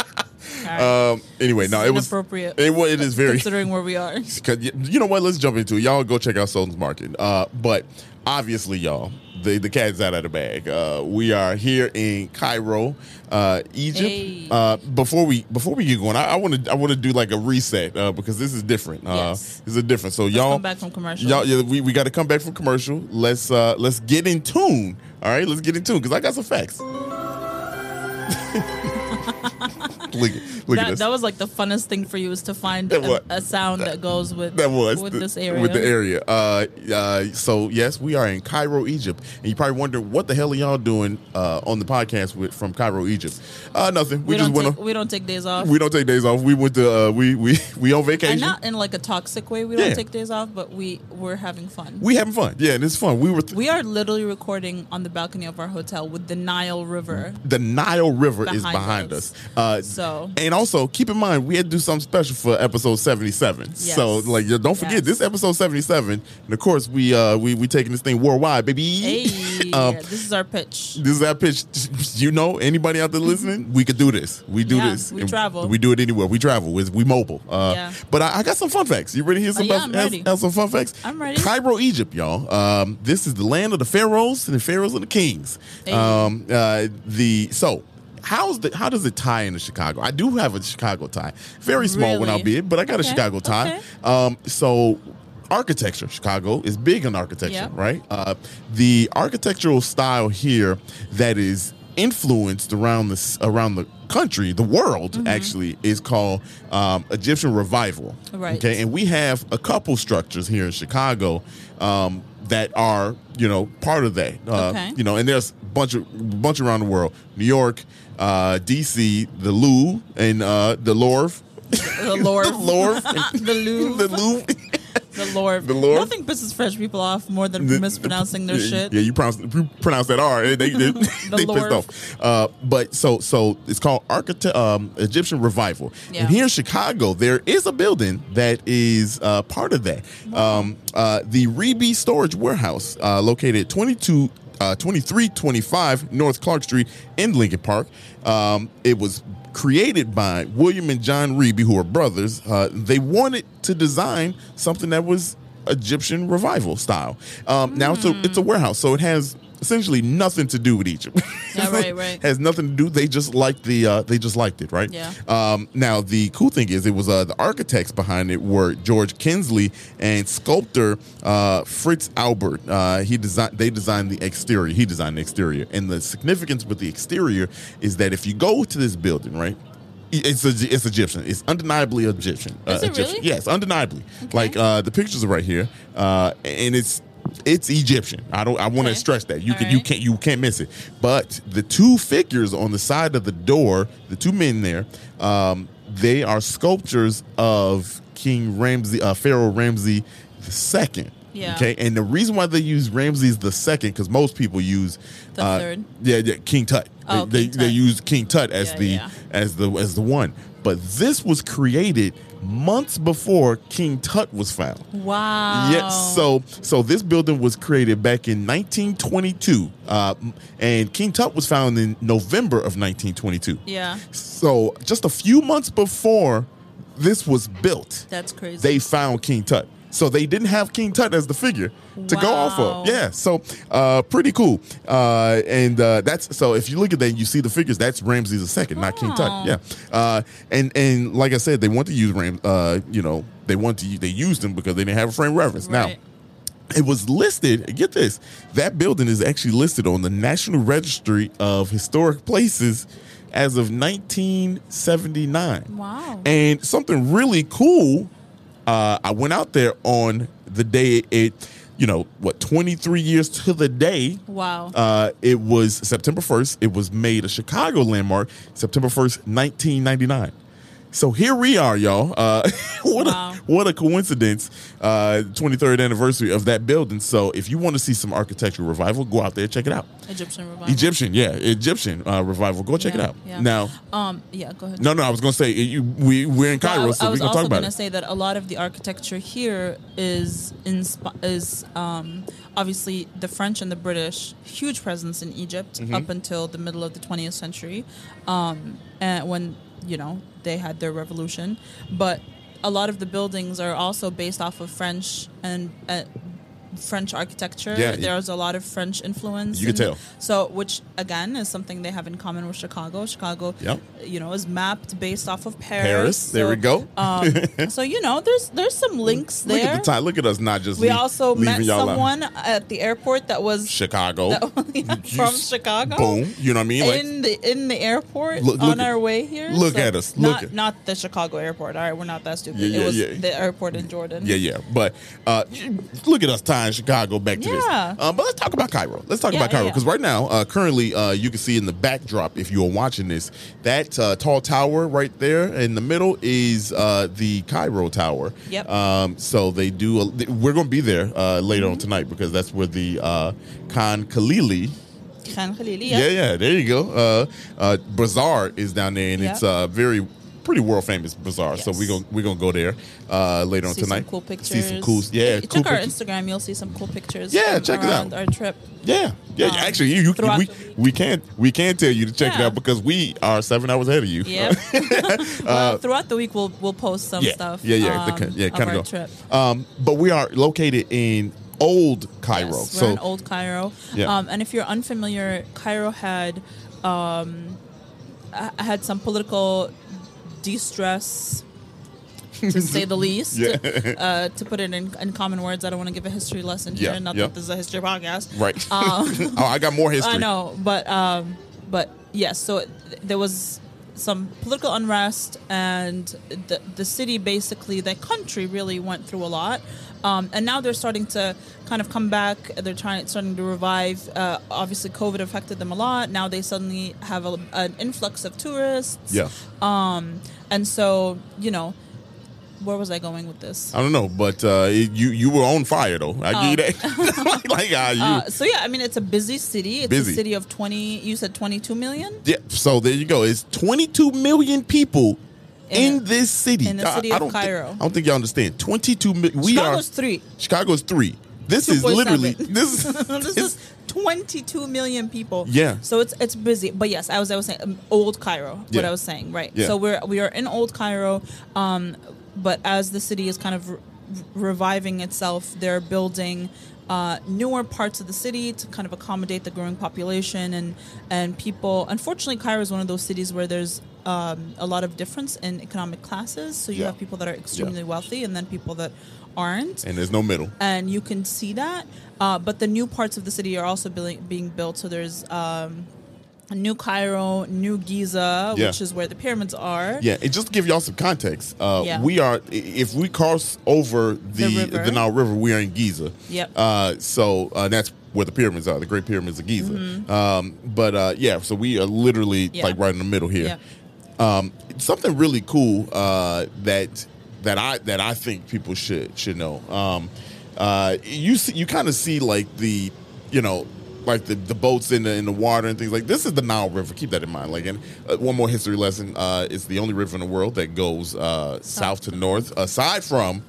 All right. Um. Anyway, no, This is it was inappropriate. It was. It is very. <laughs> Considering where we are. 'cause y- You know what? Let's jump into it. Y'all go check out Sultan's Market. Uh, but obviously, y'all, the the cat's out of the bag. Uh, we are here in Cairo, uh, Egypt. Hey. Uh, before we before we get going, I want to I want to do like a reset uh, because this is different. Uh, Yes. This is different. So y'all come back from commercial. Y'all, yeah, we, we got to come back from commercial. Let's uh let's get in tune. All right, let's get in tune because I got some facts. <laughs> look, at- look at That, this. that was like the funnest thing for you is to find That a, what? a sound that goes with That was with the- this area. With the area. Uh, uh, so yes, we are in Cairo, Egypt, and you probably wonder what the hell are y'all doing uh, on the podcast with from Cairo, Egypt. Uh, nothing. We, We, just don't went. take, on, we don't take days <laughs> off. we don't take days off. We went to. Uh, we <laughs> we we on vacation. and not in like a toxic way. We Yeah. don't take days off, but we we're having fun. we having fun. Yeah, and it's fun. We were. We are literally recording on the balcony of our hotel with the Nile River. the Nile River is Behind behind us. us. Uh, So- and also keep in mind we had to do something special for episode seventy seven. Yes. So like yo, don't forget Yes. this episode seventy seven, and of course we uh we we taking this thing worldwide, baby. Hey, <laughs> um, this is our pitch. this is our pitch. You know, anybody out there listening, we could do this. We do Mm-hmm. Yeah, this. we And travel. We do it anywhere. We travel. We, we mobile. Uh, Yeah. Oh, But I, I got some fun facts. You ready to hear some, yeah, fun- I'm have- ready. have some fun facts? I'm ready. Cairo, Egypt, y'all. Um, this is the land of the pharaohs and the pharaohs and the kings. Hey. Um, uh, the so. How's the, how does it tie into Chicago? I do have a Chicago tie. Very small when Really? I'll be it, but I got a Okay, Chicago tie. okay. Um, so architecture, Chicago is big in architecture, Yep. right? Uh, the architectural style here that is influenced around this around the country, the world Mm-hmm. actually is called um, Egyptian revival. Right. Okay, and we have a couple structures here in Chicago um, that are you know part of that. Uh, Okay. You know, and there's a bunch of bunch around the world, New York. Uh, DC, the Lou, and uh, the Louvre, The <laughs> Lord. the <laughs> Louvre, the Louvre. the Louvre, The Lord. The Lord. Nothing pisses French people off more than the- mispronouncing the- their shit. Yeah, you pronounce you pronounce that R. They <laughs> they, they, they pissed Lord. off. Uh, but so so it's called architect um, Egyptian revival. Yeah. And here in Chicago, there is a building that is uh, part of that. Um, uh, the Reby Storage Warehouse, uh, located at 22. Uh, 2325 North Clark Street in Lincoln Park. Um, it was created by William and John Reby, who are brothers. Uh, they wanted to design something that was Egyptian revival style. Um, Now it's a, it's a warehouse, so it has essentially nothing to do with Egypt. <laughs> Yeah, right, right. has nothing to do. They just liked the uh, they just liked it, right? Yeah. Um, now the cool thing is it was uh, the architects behind it were George Kinsley and sculptor uh, Fritz Albert. Uh, he designed they designed the exterior. He designed the exterior, and the significance with the exterior is that if you go to this building, right. It's it's Egyptian. It's undeniably Egyptian. uh, Is it Egyptian. really? Yes, undeniably. Like uh, the pictures are right here, uh, and it's it's Egyptian. I don't. I want to Okay. stress that you All can you right. can't you can't miss it. But the two figures on the side of the door, the two men there, um, they are sculptures of King Ramsey, uh, Pharaoh Ramsey II. Yeah. Okay. And the reason why they use Ramses the second, because most people use uh, The third. Yeah, yeah, King Tut. Oh, they, King they, they Tut. use King Tut as Yeah, the yeah. as the as the one. But this was created months before King Tut was found. Wow. Yes. So so this building was created back in 1922, uh, and King Tut was found in November of 1922. Yeah. So just a few months before this was built, That's crazy. they found King Tut. So they didn't have King Tut as the figure to go off Wow. of. Yeah. So uh, pretty cool. Uh, and uh, that's so if you look at that, and you see the figures. That's Ramses second, not King Oh. Tut. Yeah. Uh, and and like I said, they want to use Ram. Uh, you know, they want to u- they used them because they didn't have a frame of reference. Right. Now it was listed. Get this: that building is actually listed on the National Registry of Historic Places as of 1979. Wow. And something really cool. Uh, I went out there on the day it, you know, what 23 years to the day. Wow. Uh, it was September 1st. It was made a Chicago landmark September 1st, 1999. So here we are, y'all. Uh, <laughs> what, Wow. a, what a coincidence. Uh, 23rd anniversary of that building. So if you want to see some architectural revival, go out there, check it out. Egyptian revival. Egyptian, yeah, Egyptian uh, revival. Go check Yeah, it out. yeah. Now, Um. Yeah. Go ahead. no, no, I was going to say, you, we, we're in Well, Cairo, I, so I we was can talk also about going to it. say that a lot of the architecture here is insp- is um, obviously the French and the British huge presence in Egypt Mm-hmm. up until the middle of the 20th century, um, and when you know they had their revolution. But a lot of the buildings are also based off of French and. Uh, French architecture. Yeah, it- There's a lot of French influence. You could in- tell. So, which again is something they have in common with Chicago. Chicago, Yep. you know, is mapped based off of Paris. Paris, there so, we go. <laughs> um, so you know, there's there's some links Look there. at the time. Look at us not just We lea- also met leaving y'all out. someone at the airport that was <laughs> Chicago. yeah, You from s- Chicago. Boom. You know what I mean? Like, in the in the airport Look- look on at- our way here. look at us, look not at- not the Chicago airport. All right, we're not that stupid. Yeah, yeah, it was yeah. the airport in Jordan. yeah, yeah. But uh, look at us tying Chicago back to this. Yeah. Uh, but let's talk about Cairo. Let's talk Yeah, about Cairo yeah. because right now, uh, currently, uh, you can see in the backdrop if you are watching this that uh, tall tower right there in the middle is uh, the Cairo Tower. Yep. Um, so they do. A, we're going to be there uh, later Mm-hmm. on tonight because that's where the uh, Khan Khalili Khan Khalili, Yeah, yeah, there you go. Uh, uh, Bazaar is down there, and Yeah. it's uh, very pretty world famous bazaar. So Yes. we going we gonna go there uh, later on See tonight. some cool pictures. See some cool, yeah, If you cool check our pictures. Instagram. You'll see some cool pictures. Yeah, from check it around out. Our <laughs> trip. Yeah, yeah. um, actually, you, you throughout we the week. we can't we can tell you to check it Yeah. out because we are seven hours ahead of you. Yep. <laughs> well, throughout the week, we'll we'll post some Uh, yeah, stuff. Yeah, yeah, um, the, yeah, of kind our of go. trip. Um, but we are located in Old Cairo. Yes, we're so in Old Cairo. Yeah. Um, and if you're unfamiliar, Cairo had um, uh, had some political de-stress, <laughs> to say the least. Yeah. Uh, to put it in, in common words, I don't want to give a history lesson Yeah, here. Not yeah. that this is a history podcast. <laughs> right. Um, <laughs> oh, I got more history. I know, but um, but yes. So th- there was some political unrest, and the the city basically, the country really went through a lot. Um, and now they're starting to kind of come back. They're trying, starting to revive. Uh, obviously, COVID affected them a lot. Now they suddenly have a, an influx of tourists. Yeah, And so, you know, where was I going with this? I don't know, but uh, it- you you were on fire though. I give you that. <laughs> like, like ah, you, um, <laughs> Uh, so yeah, I mean, it's a busy city. It's Busy. a city of twenty. You said twenty-two million. Yeah, so there you go. It's 22 million people in, In- this city. in the city of don't thi- Cairo. I don't think y'all understand. 22 million. We Chicago's are three. Chicago's three. This is 2.7. literally <laughs> this is this this- is 22 million people. Yeah. So it's it's busy. But yes, I was I was saying um, old Cairo. What Yeah. I was saying, right? Yeah. So we're we are in old Cairo, um, but as the city is kind of re- reviving itself, they're building. Uh, newer parts of the city to kind of accommodate the growing population and and people. Unfortunately, Cairo is one of those cities where there's um, a lot of difference in economic classes. So you Yeah. have people that are extremely wealthy and then people that aren't and there's no middle. and you can see that. Uh, but the new parts of the city are also being, being built. So there's um, new Cairo, new Giza, Yeah. which is where the pyramids are. Yeah, and just to give y'all some context, uh, Yeah. we are i- if we cross over the the, river. Nile River, we are in Giza. Yep. Uh, so uh, that's where the pyramids are, the Great Pyramids of Giza. Um, but uh, yeah, so we are literally Mm-hmm. Yeah. like right in the middle here. Yep. Um, something really cool uh, that that I that I think people should should know. Um, uh, Uh, you see, you kind of see like the, you know, like the, the boats in the in the water and things like this is the Nile River. Keep that in mind. Like, and uh, one more history lesson: uh, it's the only river in the world that goes uh, south, to north, aside from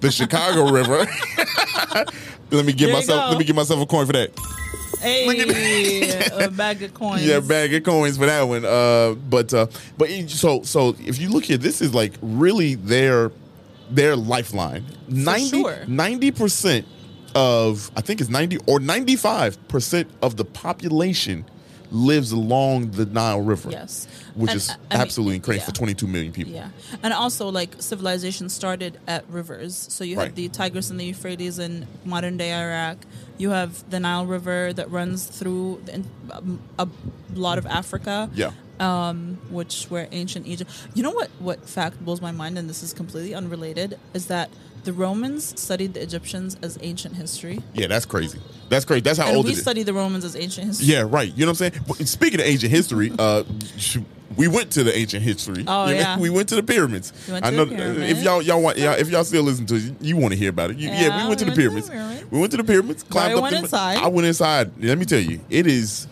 the Chicago River. <laughs> let me give There you myself go. let me give myself a coin for that. <laughs> Hey, a bag of coins. Yeah, bag of coins for that one. Uh, but uh, but it- so so if you look here, this is like really their their lifeline. 90 sure. percent of I think it's ninety or ninety five percent of the population lives along the Nile River. Yes. which And, is uh, I mean, absolutely crazy for yeah. twenty two million people. Yeah, and also like civilization started at rivers. So you have Right. the Tigris and the Euphrates in modern day Iraq. You have the Nile River that runs through the, um, a lot of Africa. Yeah. um, which were ancient Egypt. You know what? What fact blows my mind, and this is completely unrelated, is that the Romans studied the Egyptians as ancient history, Yeah, that's crazy. That's crazy. That's how and old we it is. study the Romans as ancient history. Yeah, right. You know what I'm saying? But speaking of ancient history, uh, sh- we went to the ancient history. Oh, You know, yeah. we went to the pyramids. We went to know the uh, pyramids. if y'all y'all want y'all, if y'all still listen to it, you want to hear about it. You- yeah, we went to the pyramids. pyramids. We went to the pyramids. Climbed up went them- inside. I went inside. Let me tell you, it is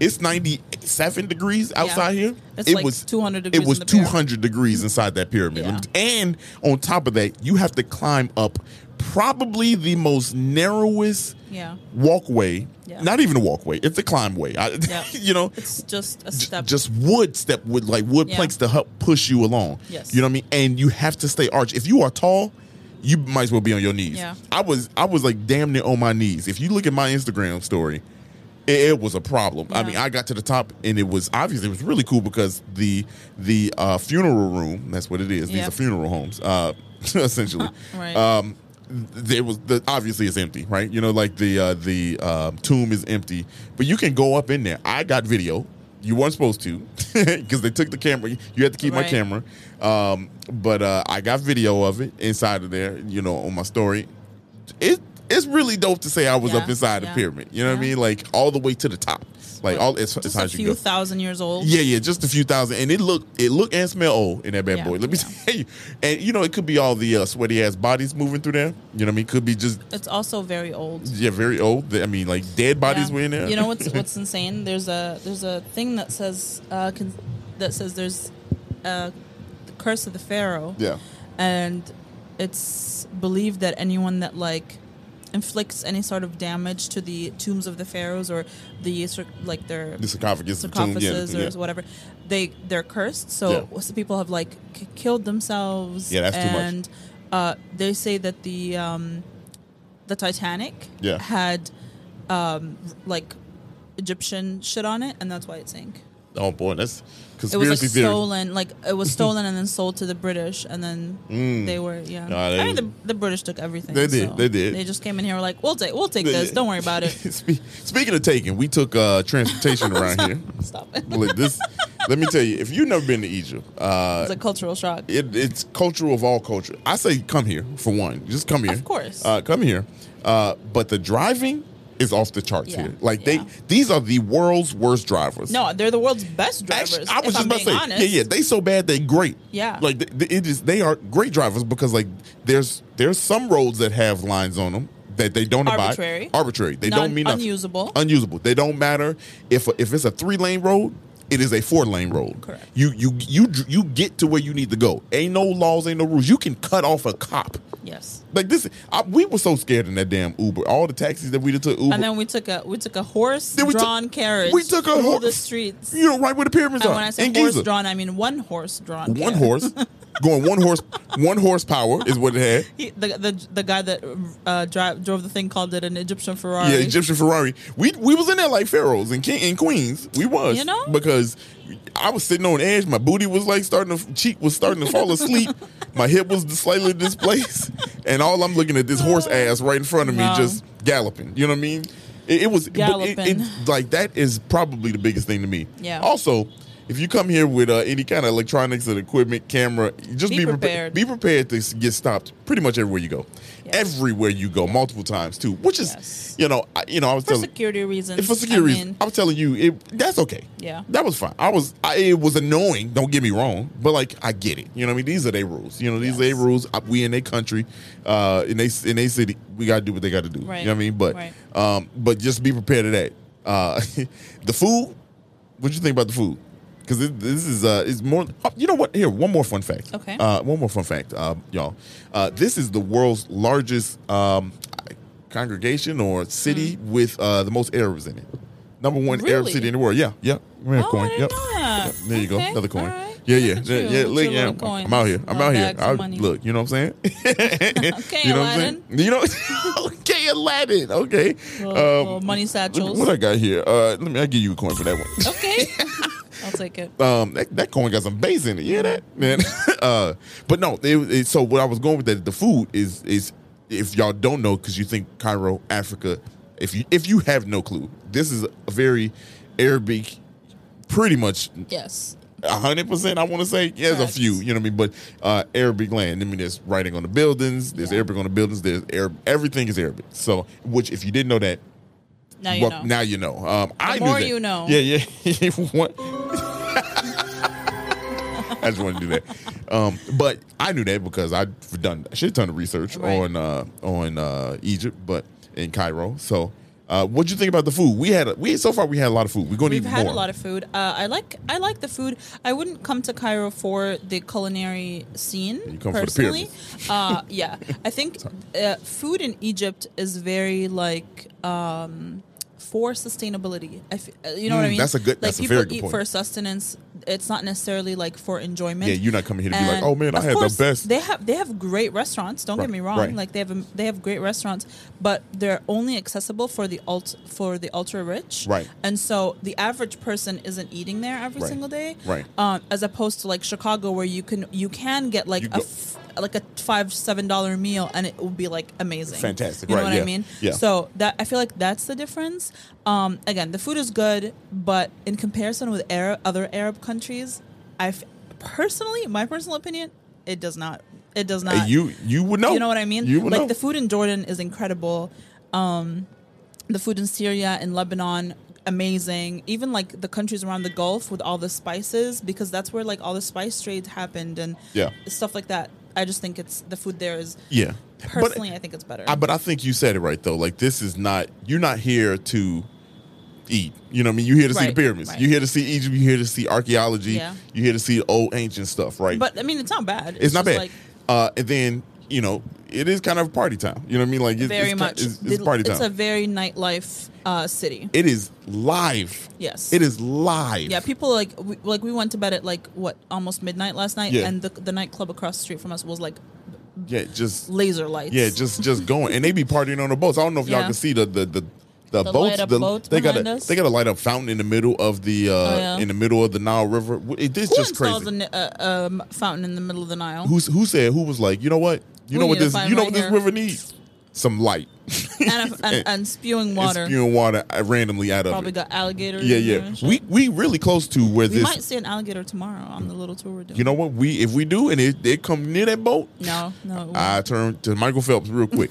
it's 97 degrees outside here. It's it like was 200 It degrees was in the pyramid. 200 degrees inside that pyramid. Yeah. And on top of that, you have to climb up probably the most narrowest Yeah. walkway. Yeah. Not even a walkway. It's a climb way. I, Yeah. <laughs> you know, It's just a j- step. just wood step with like wood Yeah. planks to help push you along. Yes. You know what I mean? And you have to stay arched. If you are tall, you might as well be on your knees. Yeah. I was I was like damn near on my knees. If you look at my Instagram story, it, it was a problem. I Yeah. mean, I got to the top and it was obviously it was really cool because the the uh, funeral room, that's what it is. These Yeah. are funeral homes, uh, <laughs> essentially. <laughs> Right. Um there was the, obviously it's empty, right? You know, like the uh, the um, tomb is empty, but you can go up in there. I got video. You weren't supposed to <laughs> because they took the camera. You had to keep my Right. camera, um, but uh, I got video of it inside of there. You know, on my story, it it's really dope to say I was Yeah, up inside yeah, the pyramid. You know what I yeah. mean? Like all the way to the top. Like all as, as just high a as you few go. thousand years old. Yeah, yeah, just a few thousand, and it look it look and smell old in that bad Yeah, boy. Let me yeah. tell you, and you know it could be all the uh, sweaty ass bodies moving through there. You know what I mean? Could be just It's also very old. yeah, very old. I mean, like dead bodies Yeah. were in there. You know what's what's insane? There's a there's a thing that says uh, con- that says there's uh, the curse of the pharaoh. <laughs> Yeah. and it's believed that anyone that like inflicts any sort of damage to the tombs of the pharaohs or the cir- like their the sarcophagus, the tomb, yeah, sarcophaguses yeah. or whatever, they they're cursed. So Yeah. some people have like k- killed themselves. Yeah, that's too much. and, uh, they say that the um, the Titanic Yeah. had um, like Egyptian shit on it, and that's why it sank. Oh boy, that's It was conspiracy like theory. stolen, like it <laughs> was stolen and then sold to the British, and then they were yeah. Mm. Nah, they- I mean the, the British took everything. They did, so they did. They just came in here and were like, we'll take we'll take They this. did. Don't worry <laughs> about it. Spe- Speaking of taking, we took uh, transportation around <laughs> here. Stop it. Like this, let me tell you, if you've never been to Egypt, uh, It's a cultural shock. it, it's cultural of all culture. I say come here for one. Just come here. Of course. Uh, come here. Uh, but the driving is off the charts Yeah, here. Like yeah. they, these are the world's worst drivers. No, they're the world's best drivers. Actually, I was if just I'm about to being say, honest. yeah, yeah, they so bad they great. Yeah. like th- th- it is. They are great drivers because like there's there's some roads that have lines on them that they don't Arbitrary. abide. Arbitrary. They don't Non- mean nothing. unusable. Unusable. They don't matter if if it's a three lane road. It is a four lane road. Correct. You you you dr- you get to where you need to go. Ain't no laws. Ain't no rules. You can cut off a cop. Yes. Like this, I, we were so scared in that damn Uber. All the taxis that we took Uber. And then we took a we took a horse Then we took- drawn carriage. we took a through hor- the streets. you know, right where the pyramids and are. when I say in horse Giza. drawn, I mean one horse drawn. one carriage. horse, going one horse, one horsepower is what it had. He, the, the the guy that uh, drive, drove the thing called it an Egyptian Ferrari. Yeah, Egyptian Ferrari. We we was in there like pharaohs and king and queens. We was, You know? because I was sitting on edge. My booty was like starting to cheek was starting to fall <laughs> asleep. My hip was slightly displaced, and all I'm looking at this Uh, horse ass right in front of me Wow. just galloping. You know what I mean? It, it was but it- Galloping. it- like that is probably the biggest thing to me. Yeah. Also, if you come here with uh, any kind of electronics and equipment, camera, just Be be, prepa- prepared. Be prepared to s- get stopped pretty much everywhere you go. Yes. Everywhere you go, multiple times too, which is, Yes. you know, I, you know, I was for telling security reasons. for security I reasons. mean, I'm telling you, it, that's okay. Yeah. that was fine. I was, I, it was annoying. Don't get me wrong, but like I get it. You know, what I mean, these are their rules. You know, these are their Yes. rules. Uh, We in a country, uh, in a in a city, we gotta do what they gotta do. Right. You know what I mean? But, Right. um, but just be prepared to that. Uh, <laughs> the food. What you think about the food? Because this is uh, is more. oh, you know what? Here, one more fun fact. Okay. Uh, one more fun fact, uh, y'all. Uh, this is the world's largest um, congregation or city with uh, the most Arabs in it. Number one Arab Hmm. Really? city in the world. Yeah, yeah. We have Oh, I didn't know that. Yep. There you go. Okay, Another coin. all right. Yeah, yeah, Look at yeah. you yeah, with look, your yeah. little I'm out here. I'm coins, out here. bags of I, money. look, you know what I'm saying? <laughs> Okay, you know Aladdin. what I'm saying? You know, <laughs> okay, Aladdin. Okay. Little- little money look satchels. Um, <laughs> What I got here? Uh, let me. I will give you a coin for that one. okay, I'll take it. <laughs> Um, that, that coin got some base in it. Yeah, that man. <laughs> uh, but no, it, it, so what I was going with that, the food is is if y'all don't know because you think Cairo, Africa, if you if you have no clue, this is a very Arabic, pretty much Yes, a hundred percent. I want to say there's a Correct. few, you know what I mean. But uh, Arabic land. I mean, there's writing on the buildings. There's Yeah. Arabic on the buildings. There's Arab. Everything is Arabic. So, which if you didn't know that, now you well, know. now you know. Um, I knew more that. you know. Yeah, yeah. <laughs> What- I just wanted to do that, um, but I knew that because I've done a shit ton of research Right. on uh, on uh, Egypt, but in Cairo. So, uh, what'd you think about the food? We had a, we so far we had a lot of food. We're going to We've eat had more. a lot of food. Uh, I like I like the food. I wouldn't come to Cairo for the culinary scene You come for the personally. uh, yeah, <laughs> I think uh, food in Egypt is very like. Um, for sustainability, I f- uh, you know what Mm, I mean. that's a good- Like that's a people very good eat point. for sustenance. It's not necessarily like for enjoyment. Yeah, you're not coming here to be like, And "Oh, man, I of had the course, best." They have they have great restaurants. Don't Right, get me wrong. right. Like they have a, they have great restaurants, but they're only accessible for the alt for the ultra rich. Right. And so the average person isn't eating there every Right. single day. Right. Um, as opposed to like Chicago, where you can you can get like You a go- f- like a five seven dollar meal, and it will be like amazing. Fantastic. You Right, know what yeah, I mean? yeah. So that I feel like that's the difference. Um, again, the food is good, but in comparison with Arab, other Arab countries, I f- personally, my personal opinion, it does not. It does Hey, not. Uh, you you would know. You know what I mean? Oh, You would like know. the food in Jordan is incredible. Um, the food in Syria and Lebanon, amazing. Even like the countries around the Gulf with all the spices, because that's where like all the spice trade happened and Yeah. stuff like that. I just think it's the food there is Yeah. personally, I think it's better. uh, I, but I think you said it right though. Like this is not you're not here to eat. You know what I mean? You're here to see the Right, pyramids. right. You're here to see Egypt. You're here to see archaeology. Yeah. You're here to see old ancient stuff, right? but I mean, it's not bad. it's, not just, bad. Like, uh, and then you know it is kind of party time. You know what I mean? Like it's, very it's, ki- much. It's, it's the- party time. it's a very nightlife uh, city. it is live. Yes. It is live. Yeah, people like we, like we went to bed at like what almost midnight last night, Yeah. and the the nightclub across the street from us was like Yeah. Just laser lights. Yeah, just just going, and they be partying on the boats. I don't know if y'all Yeah. can see the the the, the, The boats. light up the- boats they got a behind us. Oh, they got a light up fountain in the middle of the uh yeah. in the middle of the Nile River. W- It is Who just installs crazy. a n- a, um, fountain in the middle of the Nile? Who's who said who was like, you know what, you We know what need to this find you know right what this here." river needs some light <laughs> and, a, and, and spewing and water. spewing water uh, randomly out of Probably it. got alligators. yeah, in there yeah. and shit. We we really close to where We this. might see an alligator tomorrow on the little tour we're doing. you know what we if we do and it, it come near that boat, no, no. it won't. I turn to Michael Phelps real <laughs> quick.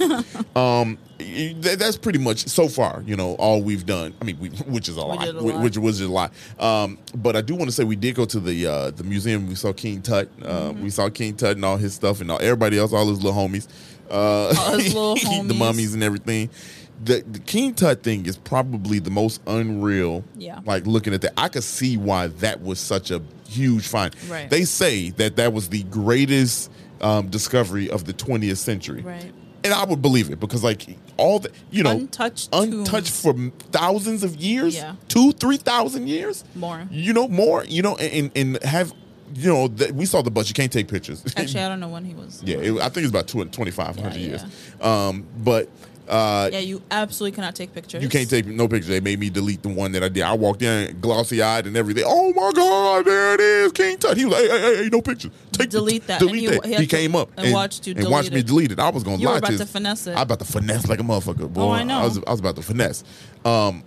um, that, that's pretty much so far, you know, all we've done. I mean, we, which is a lot, did a whi- lot. which was a lot. Um, but I do want to say we did go to the uh, the museum. We saw King Tut. Um, Mm-hmm. We saw King Tut and all his stuff and all, everybody else, all his little homies, uh, All <laughs> his little the homies. mummies and everything. The, the King Tut thing is probably the most unreal. Yeah. Like looking at that, I could see why that was such a huge find. Right. They say that that was the greatest um, discovery of the 20th century. right. And I would believe it because, like, all the, you know, Untouched untouched for thousands of years, Yeah. two, 3,000 years. More. You know, more, you know, and, and and have, you know, that we saw the bus. You can't take <laughs> pictures. <laughs> Actually, I don't know when he was. yeah, it, I think it's about two- 2,500 Yeah, years. Um, but, uh, Yeah, you absolutely cannot take pictures. you can't take no picture. They made me delete the one that I did. I walked in glossy eyed and everything. Oh my God, there it is. King Tut. He was like, hey, hey, hey, no picture. Take the- Delete that. Delete And he- that. he He, had to- came up and watched you and watched delete me it. delete it. I was going to You were lie about his- to finesse it. I Oh, was about to finesse like a motherfucker, boy. I know. was, I was about to finesse. Um,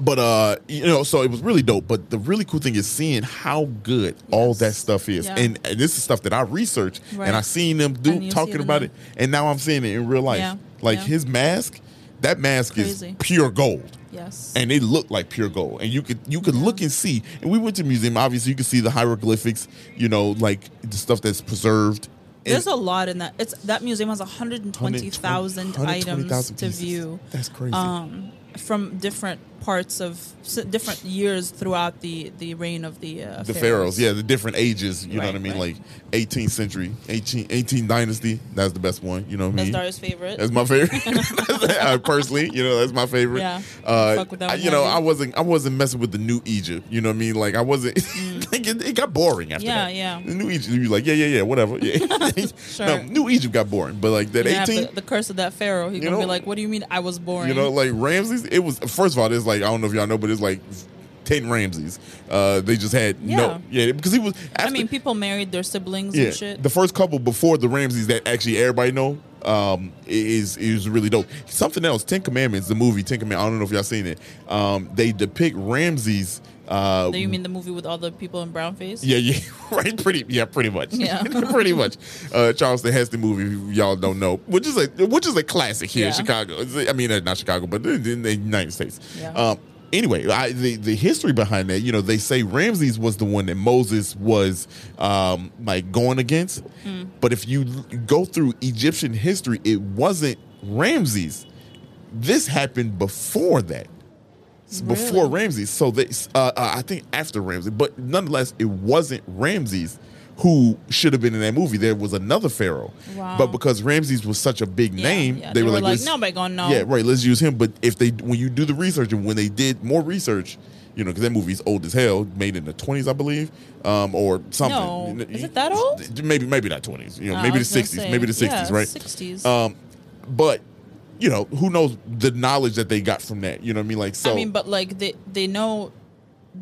but uh you know so it was really dope but the really cool thing is seeing how good all that stuff is Yeah. and, and this is stuff that i researched Right. and i seen them And do you see talking it about in- it and now i'm seeing it in real life Yeah. like Yeah. his mask that mask is Crazy. pure gold Yes. and it looked like pure gold. And you could you could look and see. And we went to the museum. Obviously, you could see the hieroglyphics. You know, like the stuff that's preserved. And There's a lot in that. It's that museum has 120,000 items 120,000 to pieces. view That's crazy. um, from different parts of s- different years throughout the the reign of the uh, the pharaohs, yeah, the different ages. You know Right, what I mean? right. Like 18th century, 18, 18 dynasty. That's the best one. You know what I That's mean? Darius' favorite. That's my favorite. <laughs> I personally, you know, that's my favorite. Yeah. Uh, Fuck with that I- one you know, heavy. I wasn't I wasn't messing with the new Egypt. You know what I mean? Like I wasn't. <laughs> like, it, it got boring after Mm. Yeah, that. yeah. The new Egypt, you be like, yeah, yeah, yeah, whatever. <laughs> Yeah. No, <laughs> Sure. new Egypt got boring, but like that You're gonna have 18. the, the curse of that pharaoh. He's You gonna be know- like, "What do you mean I was born?" You know, like Ramses, it was first of all, there's like I don't know if y'all know, but it's like ten Ramses. Uh, they just had no, yeah, because he was. I After, mean, people married their siblings yeah, and shit. the first couple before the Ramses that actually everybody know um, is is really dope. Something else, Ten Commandments, the movie Ten Commandments. I don't know if y'all seen it. Um, they depict Ramses. Uh, Do you mean the movie with all the people in brown face? yeah, yeah, <laughs> right. Pretty, yeah, pretty much. <laughs> Yeah. pretty much. Uh, Charleston Heston movie. if Y'all don't know, which is a which is a classic here in Yeah. Chicago. It's- I mean, uh, not Chicago, but in, in the United States. Yeah. Um, anyway, I, the the history behind that, you know, they say Ramses was the one that Moses was um, like going against, Hmm. but if you l- go through Egyptian history, it wasn't Ramses. This happened before that before Ramses. So they, uh, uh, I think after Ramses, but nonetheless, it wasn't Ramses who should have been in that movie. There was another pharaoh, Wow. but because Ramses was such a big Yeah, name, yeah. they, were, like, "Let's- nobody gonna know." Yeah, right. Let's use him. But if they, when you do the research, and when they did more research. You know, because that movie's old as hell, made in the twenties, I believe, um, or something. No. Is it that old? Maybe, maybe not twenties. You know, Uh, I maybe the was gonna sixties, say, maybe the yeah, sixties, right? 60s. Um, but you know, who knows the knowledge that they got from that? You know what I mean? Like, so I mean, but like they they know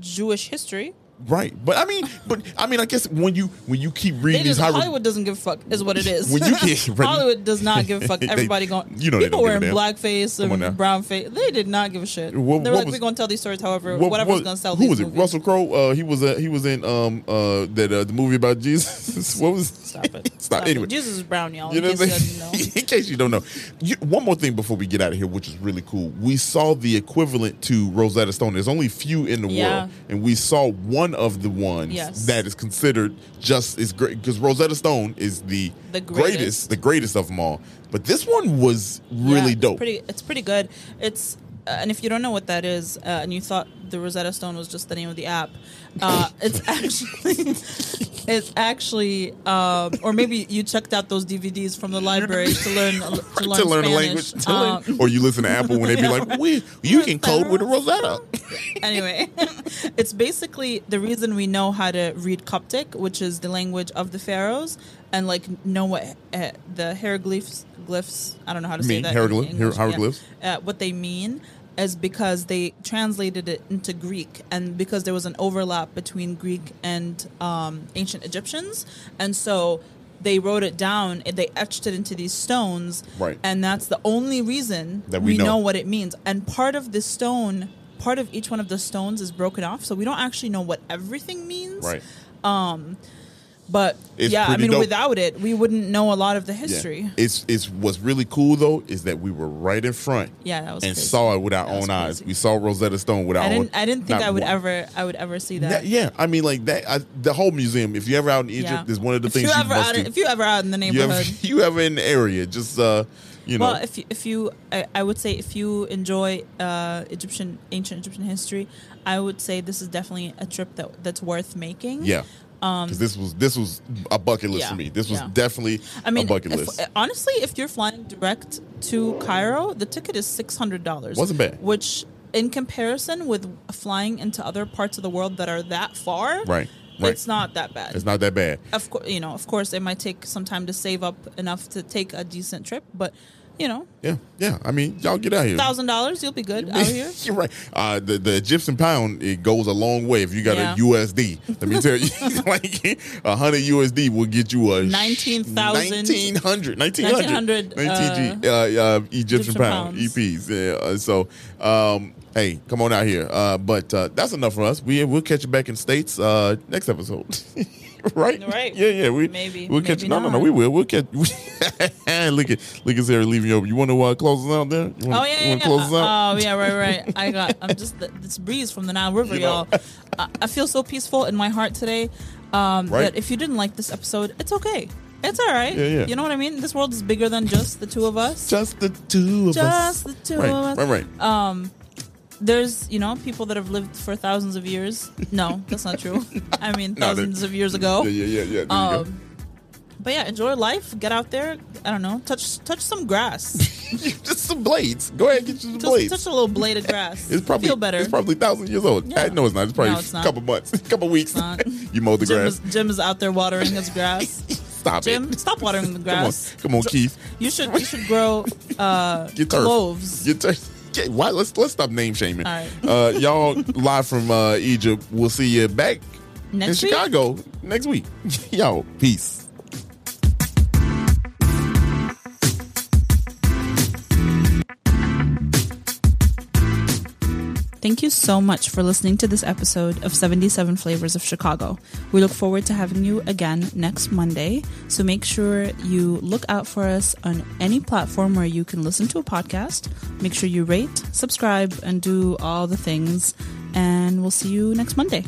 Jewish history. Right, but I mean, but I mean, I guess when you when you keep reading They these just, hierog- Hollywood doesn't give a fuck, is what it is. When you <laughs> get- right. Hollywood does not give a fuck. <laughs> They- Everybody going. you know they people don't wearing give a damn. blackface Come on now. and brown face. They did not give a shit. What- they were what like, was- we're going to tell these stories, however, What- whatever's what- going to sell. Who these was it? movies. Russell Crowe. Uh, he was a, he was in um uh that uh, the movie about Jesus. <laughs> what was Stop it. Stop. Stop it. anyway, Jesus is brown, y'all. you know in what I'm case you saying? didn't <laughs> know. in case you don't know, you, one more thing before we get out of here, which is really cool. We saw the equivalent to Rosetta Stone. There's only few in the Yeah. world, and we saw one of the ones Yes. that is considered just as great because Rosetta Stone is the, The greatest, greatest. the greatest of them all. But this one was Yeah, really it's dope. Pretty, it's pretty good. It's uh, and if you don't know what that is, uh, and you thought the Rosetta Stone was just the name of the app, <laughs> uh, it's actually it's actually, um, or maybe you checked out those DVDs from the library to learn to learn, <laughs> to learn the Spanish. language, to learn- Um, or you listen to Apple when they be <laughs> like, "We, you can code with a Rosetta." anyway, <laughs> it's basically the reason we know how to read Coptic, which is the language of the pharaohs, and like know what uh, the hieroglyphs. Glyphs, I don't know how to say Mean, that. hieroglyph- in English, hier- hieroglyphs? yeah. Uh, what they mean is because they translated it into Greek, and because there was an overlap between Greek and um, ancient Egyptians, and so they wrote it down. and They etched it into these stones, Right. And that's the only reason That we know. know what it means. And part of the stone, part of each one of the stones is broken off, so we don't actually know what everything means. Right. But It's yeah, I pretty mean, dope. without it, we wouldn't know a lot of the history. Yeah. It's it's what's really cool though is that we were right in front. Yeah, that was and crazy. saw it with our That own was eyes. crazy. We saw Rosetta Stone with our I own. didn't. I didn't think not I would one. ever. I would ever see that. That- yeah, I mean, like that. I, the whole museum. If you ever out in Egypt, Yeah. is one of the if things You you ever must out, do. in- if you ever out in the you neighborhood, ever, <laughs> you ever in the area, just uh, you know, well, if you, if you, I, I would say if you enjoy uh, Egyptian ancient Egyptian history, I would say this is definitely a trip that that's worth making. yeah. Because this was this was a bucket list um, Yeah, for me. This was yeah. definitely I mean, a bucket if- list. honestly, if you're flying direct to Cairo, the ticket is six hundred dollars. Wasn't bad. Which, in comparison with flying into other parts of the world that are that far, Right, right. it's not that bad. it's not that bad. of course, you know, of course, it might take some time to save up enough to take a decent trip, but you know, Yeah, yeah. I mean, y'all get out here. thousand dollars, you'll be <laughs> good out here. You're right. Uh, the the Egyptian pound it goes a long way if you got Yeah. a USD. Let me <laughs> tell you, <laughs> like a hundred USD will get you a 19,000 1900 1900 1900, 19G, uh, uh, Egyptian, Egyptian pound pounds. EPs. Yeah. uh, So um, hey, come on out here. Uh, but uh, that's enough for us. We we'll catch you back in states uh, next episode. <laughs> Right. Right. Yeah. Yeah. We Maybe, We'll catch. maybe No. No. No. not. We will. We'll catch. <laughs> look at. Look at Sarah leaving you over. You want to uh, close us out there? You wanna, Oh yeah, you yeah, wanna yeah. Close us out? Oh yeah, right, <laughs> right. I got. I'm just th- this breeze from the Nile River, You you know. all I, I feel so peaceful in my heart today. Um, Right. That if you didn't like this episode, it's okay. It's all right. Yeah, yeah. You know what I mean? This world is bigger than just the two of us. Just the two of us. Just the two right, of us. Uh, Right, right. There's, you know, people that have lived for thousands of years. No, that's not true. I mean, <laughs> No, they- thousands of years ago. yeah, yeah, yeah, yeah. There you Um, but yeah, enjoy life. Get out there. I don't know. Touch touch some grass. <laughs> go. <laughs> just some blades. Go ahead and get you some touch, blades. touch a little blade of grass. it's probably feel better. It's probably thousand years old. Yeah. Uh, No, it's not. It's probably No, it's a not. couple months, <laughs> a couple weeks. not. you mow the Jim grass. is, Jim is out there watering his grass. <laughs> Stop Jim, it. stop watering the grass. <laughs> Come on, come on, Keith. You should you should grow uh, Get turf. cloves. Get turf. Okay, why? Let's let's stop name shaming. All right. Uh, <laughs> y'all live from uh, Egypt. We'll see you back Next in week? Chicago next week. <laughs> Yo, peace. Thank you so much for listening to this episode of 77 Flavors of Chicago. We look forward to having you again next Monday, so make sure you look out for us on any platform where you can listen to a podcast. Make sure you rate, subscribe, and do all the things, and we'll see you next Monday.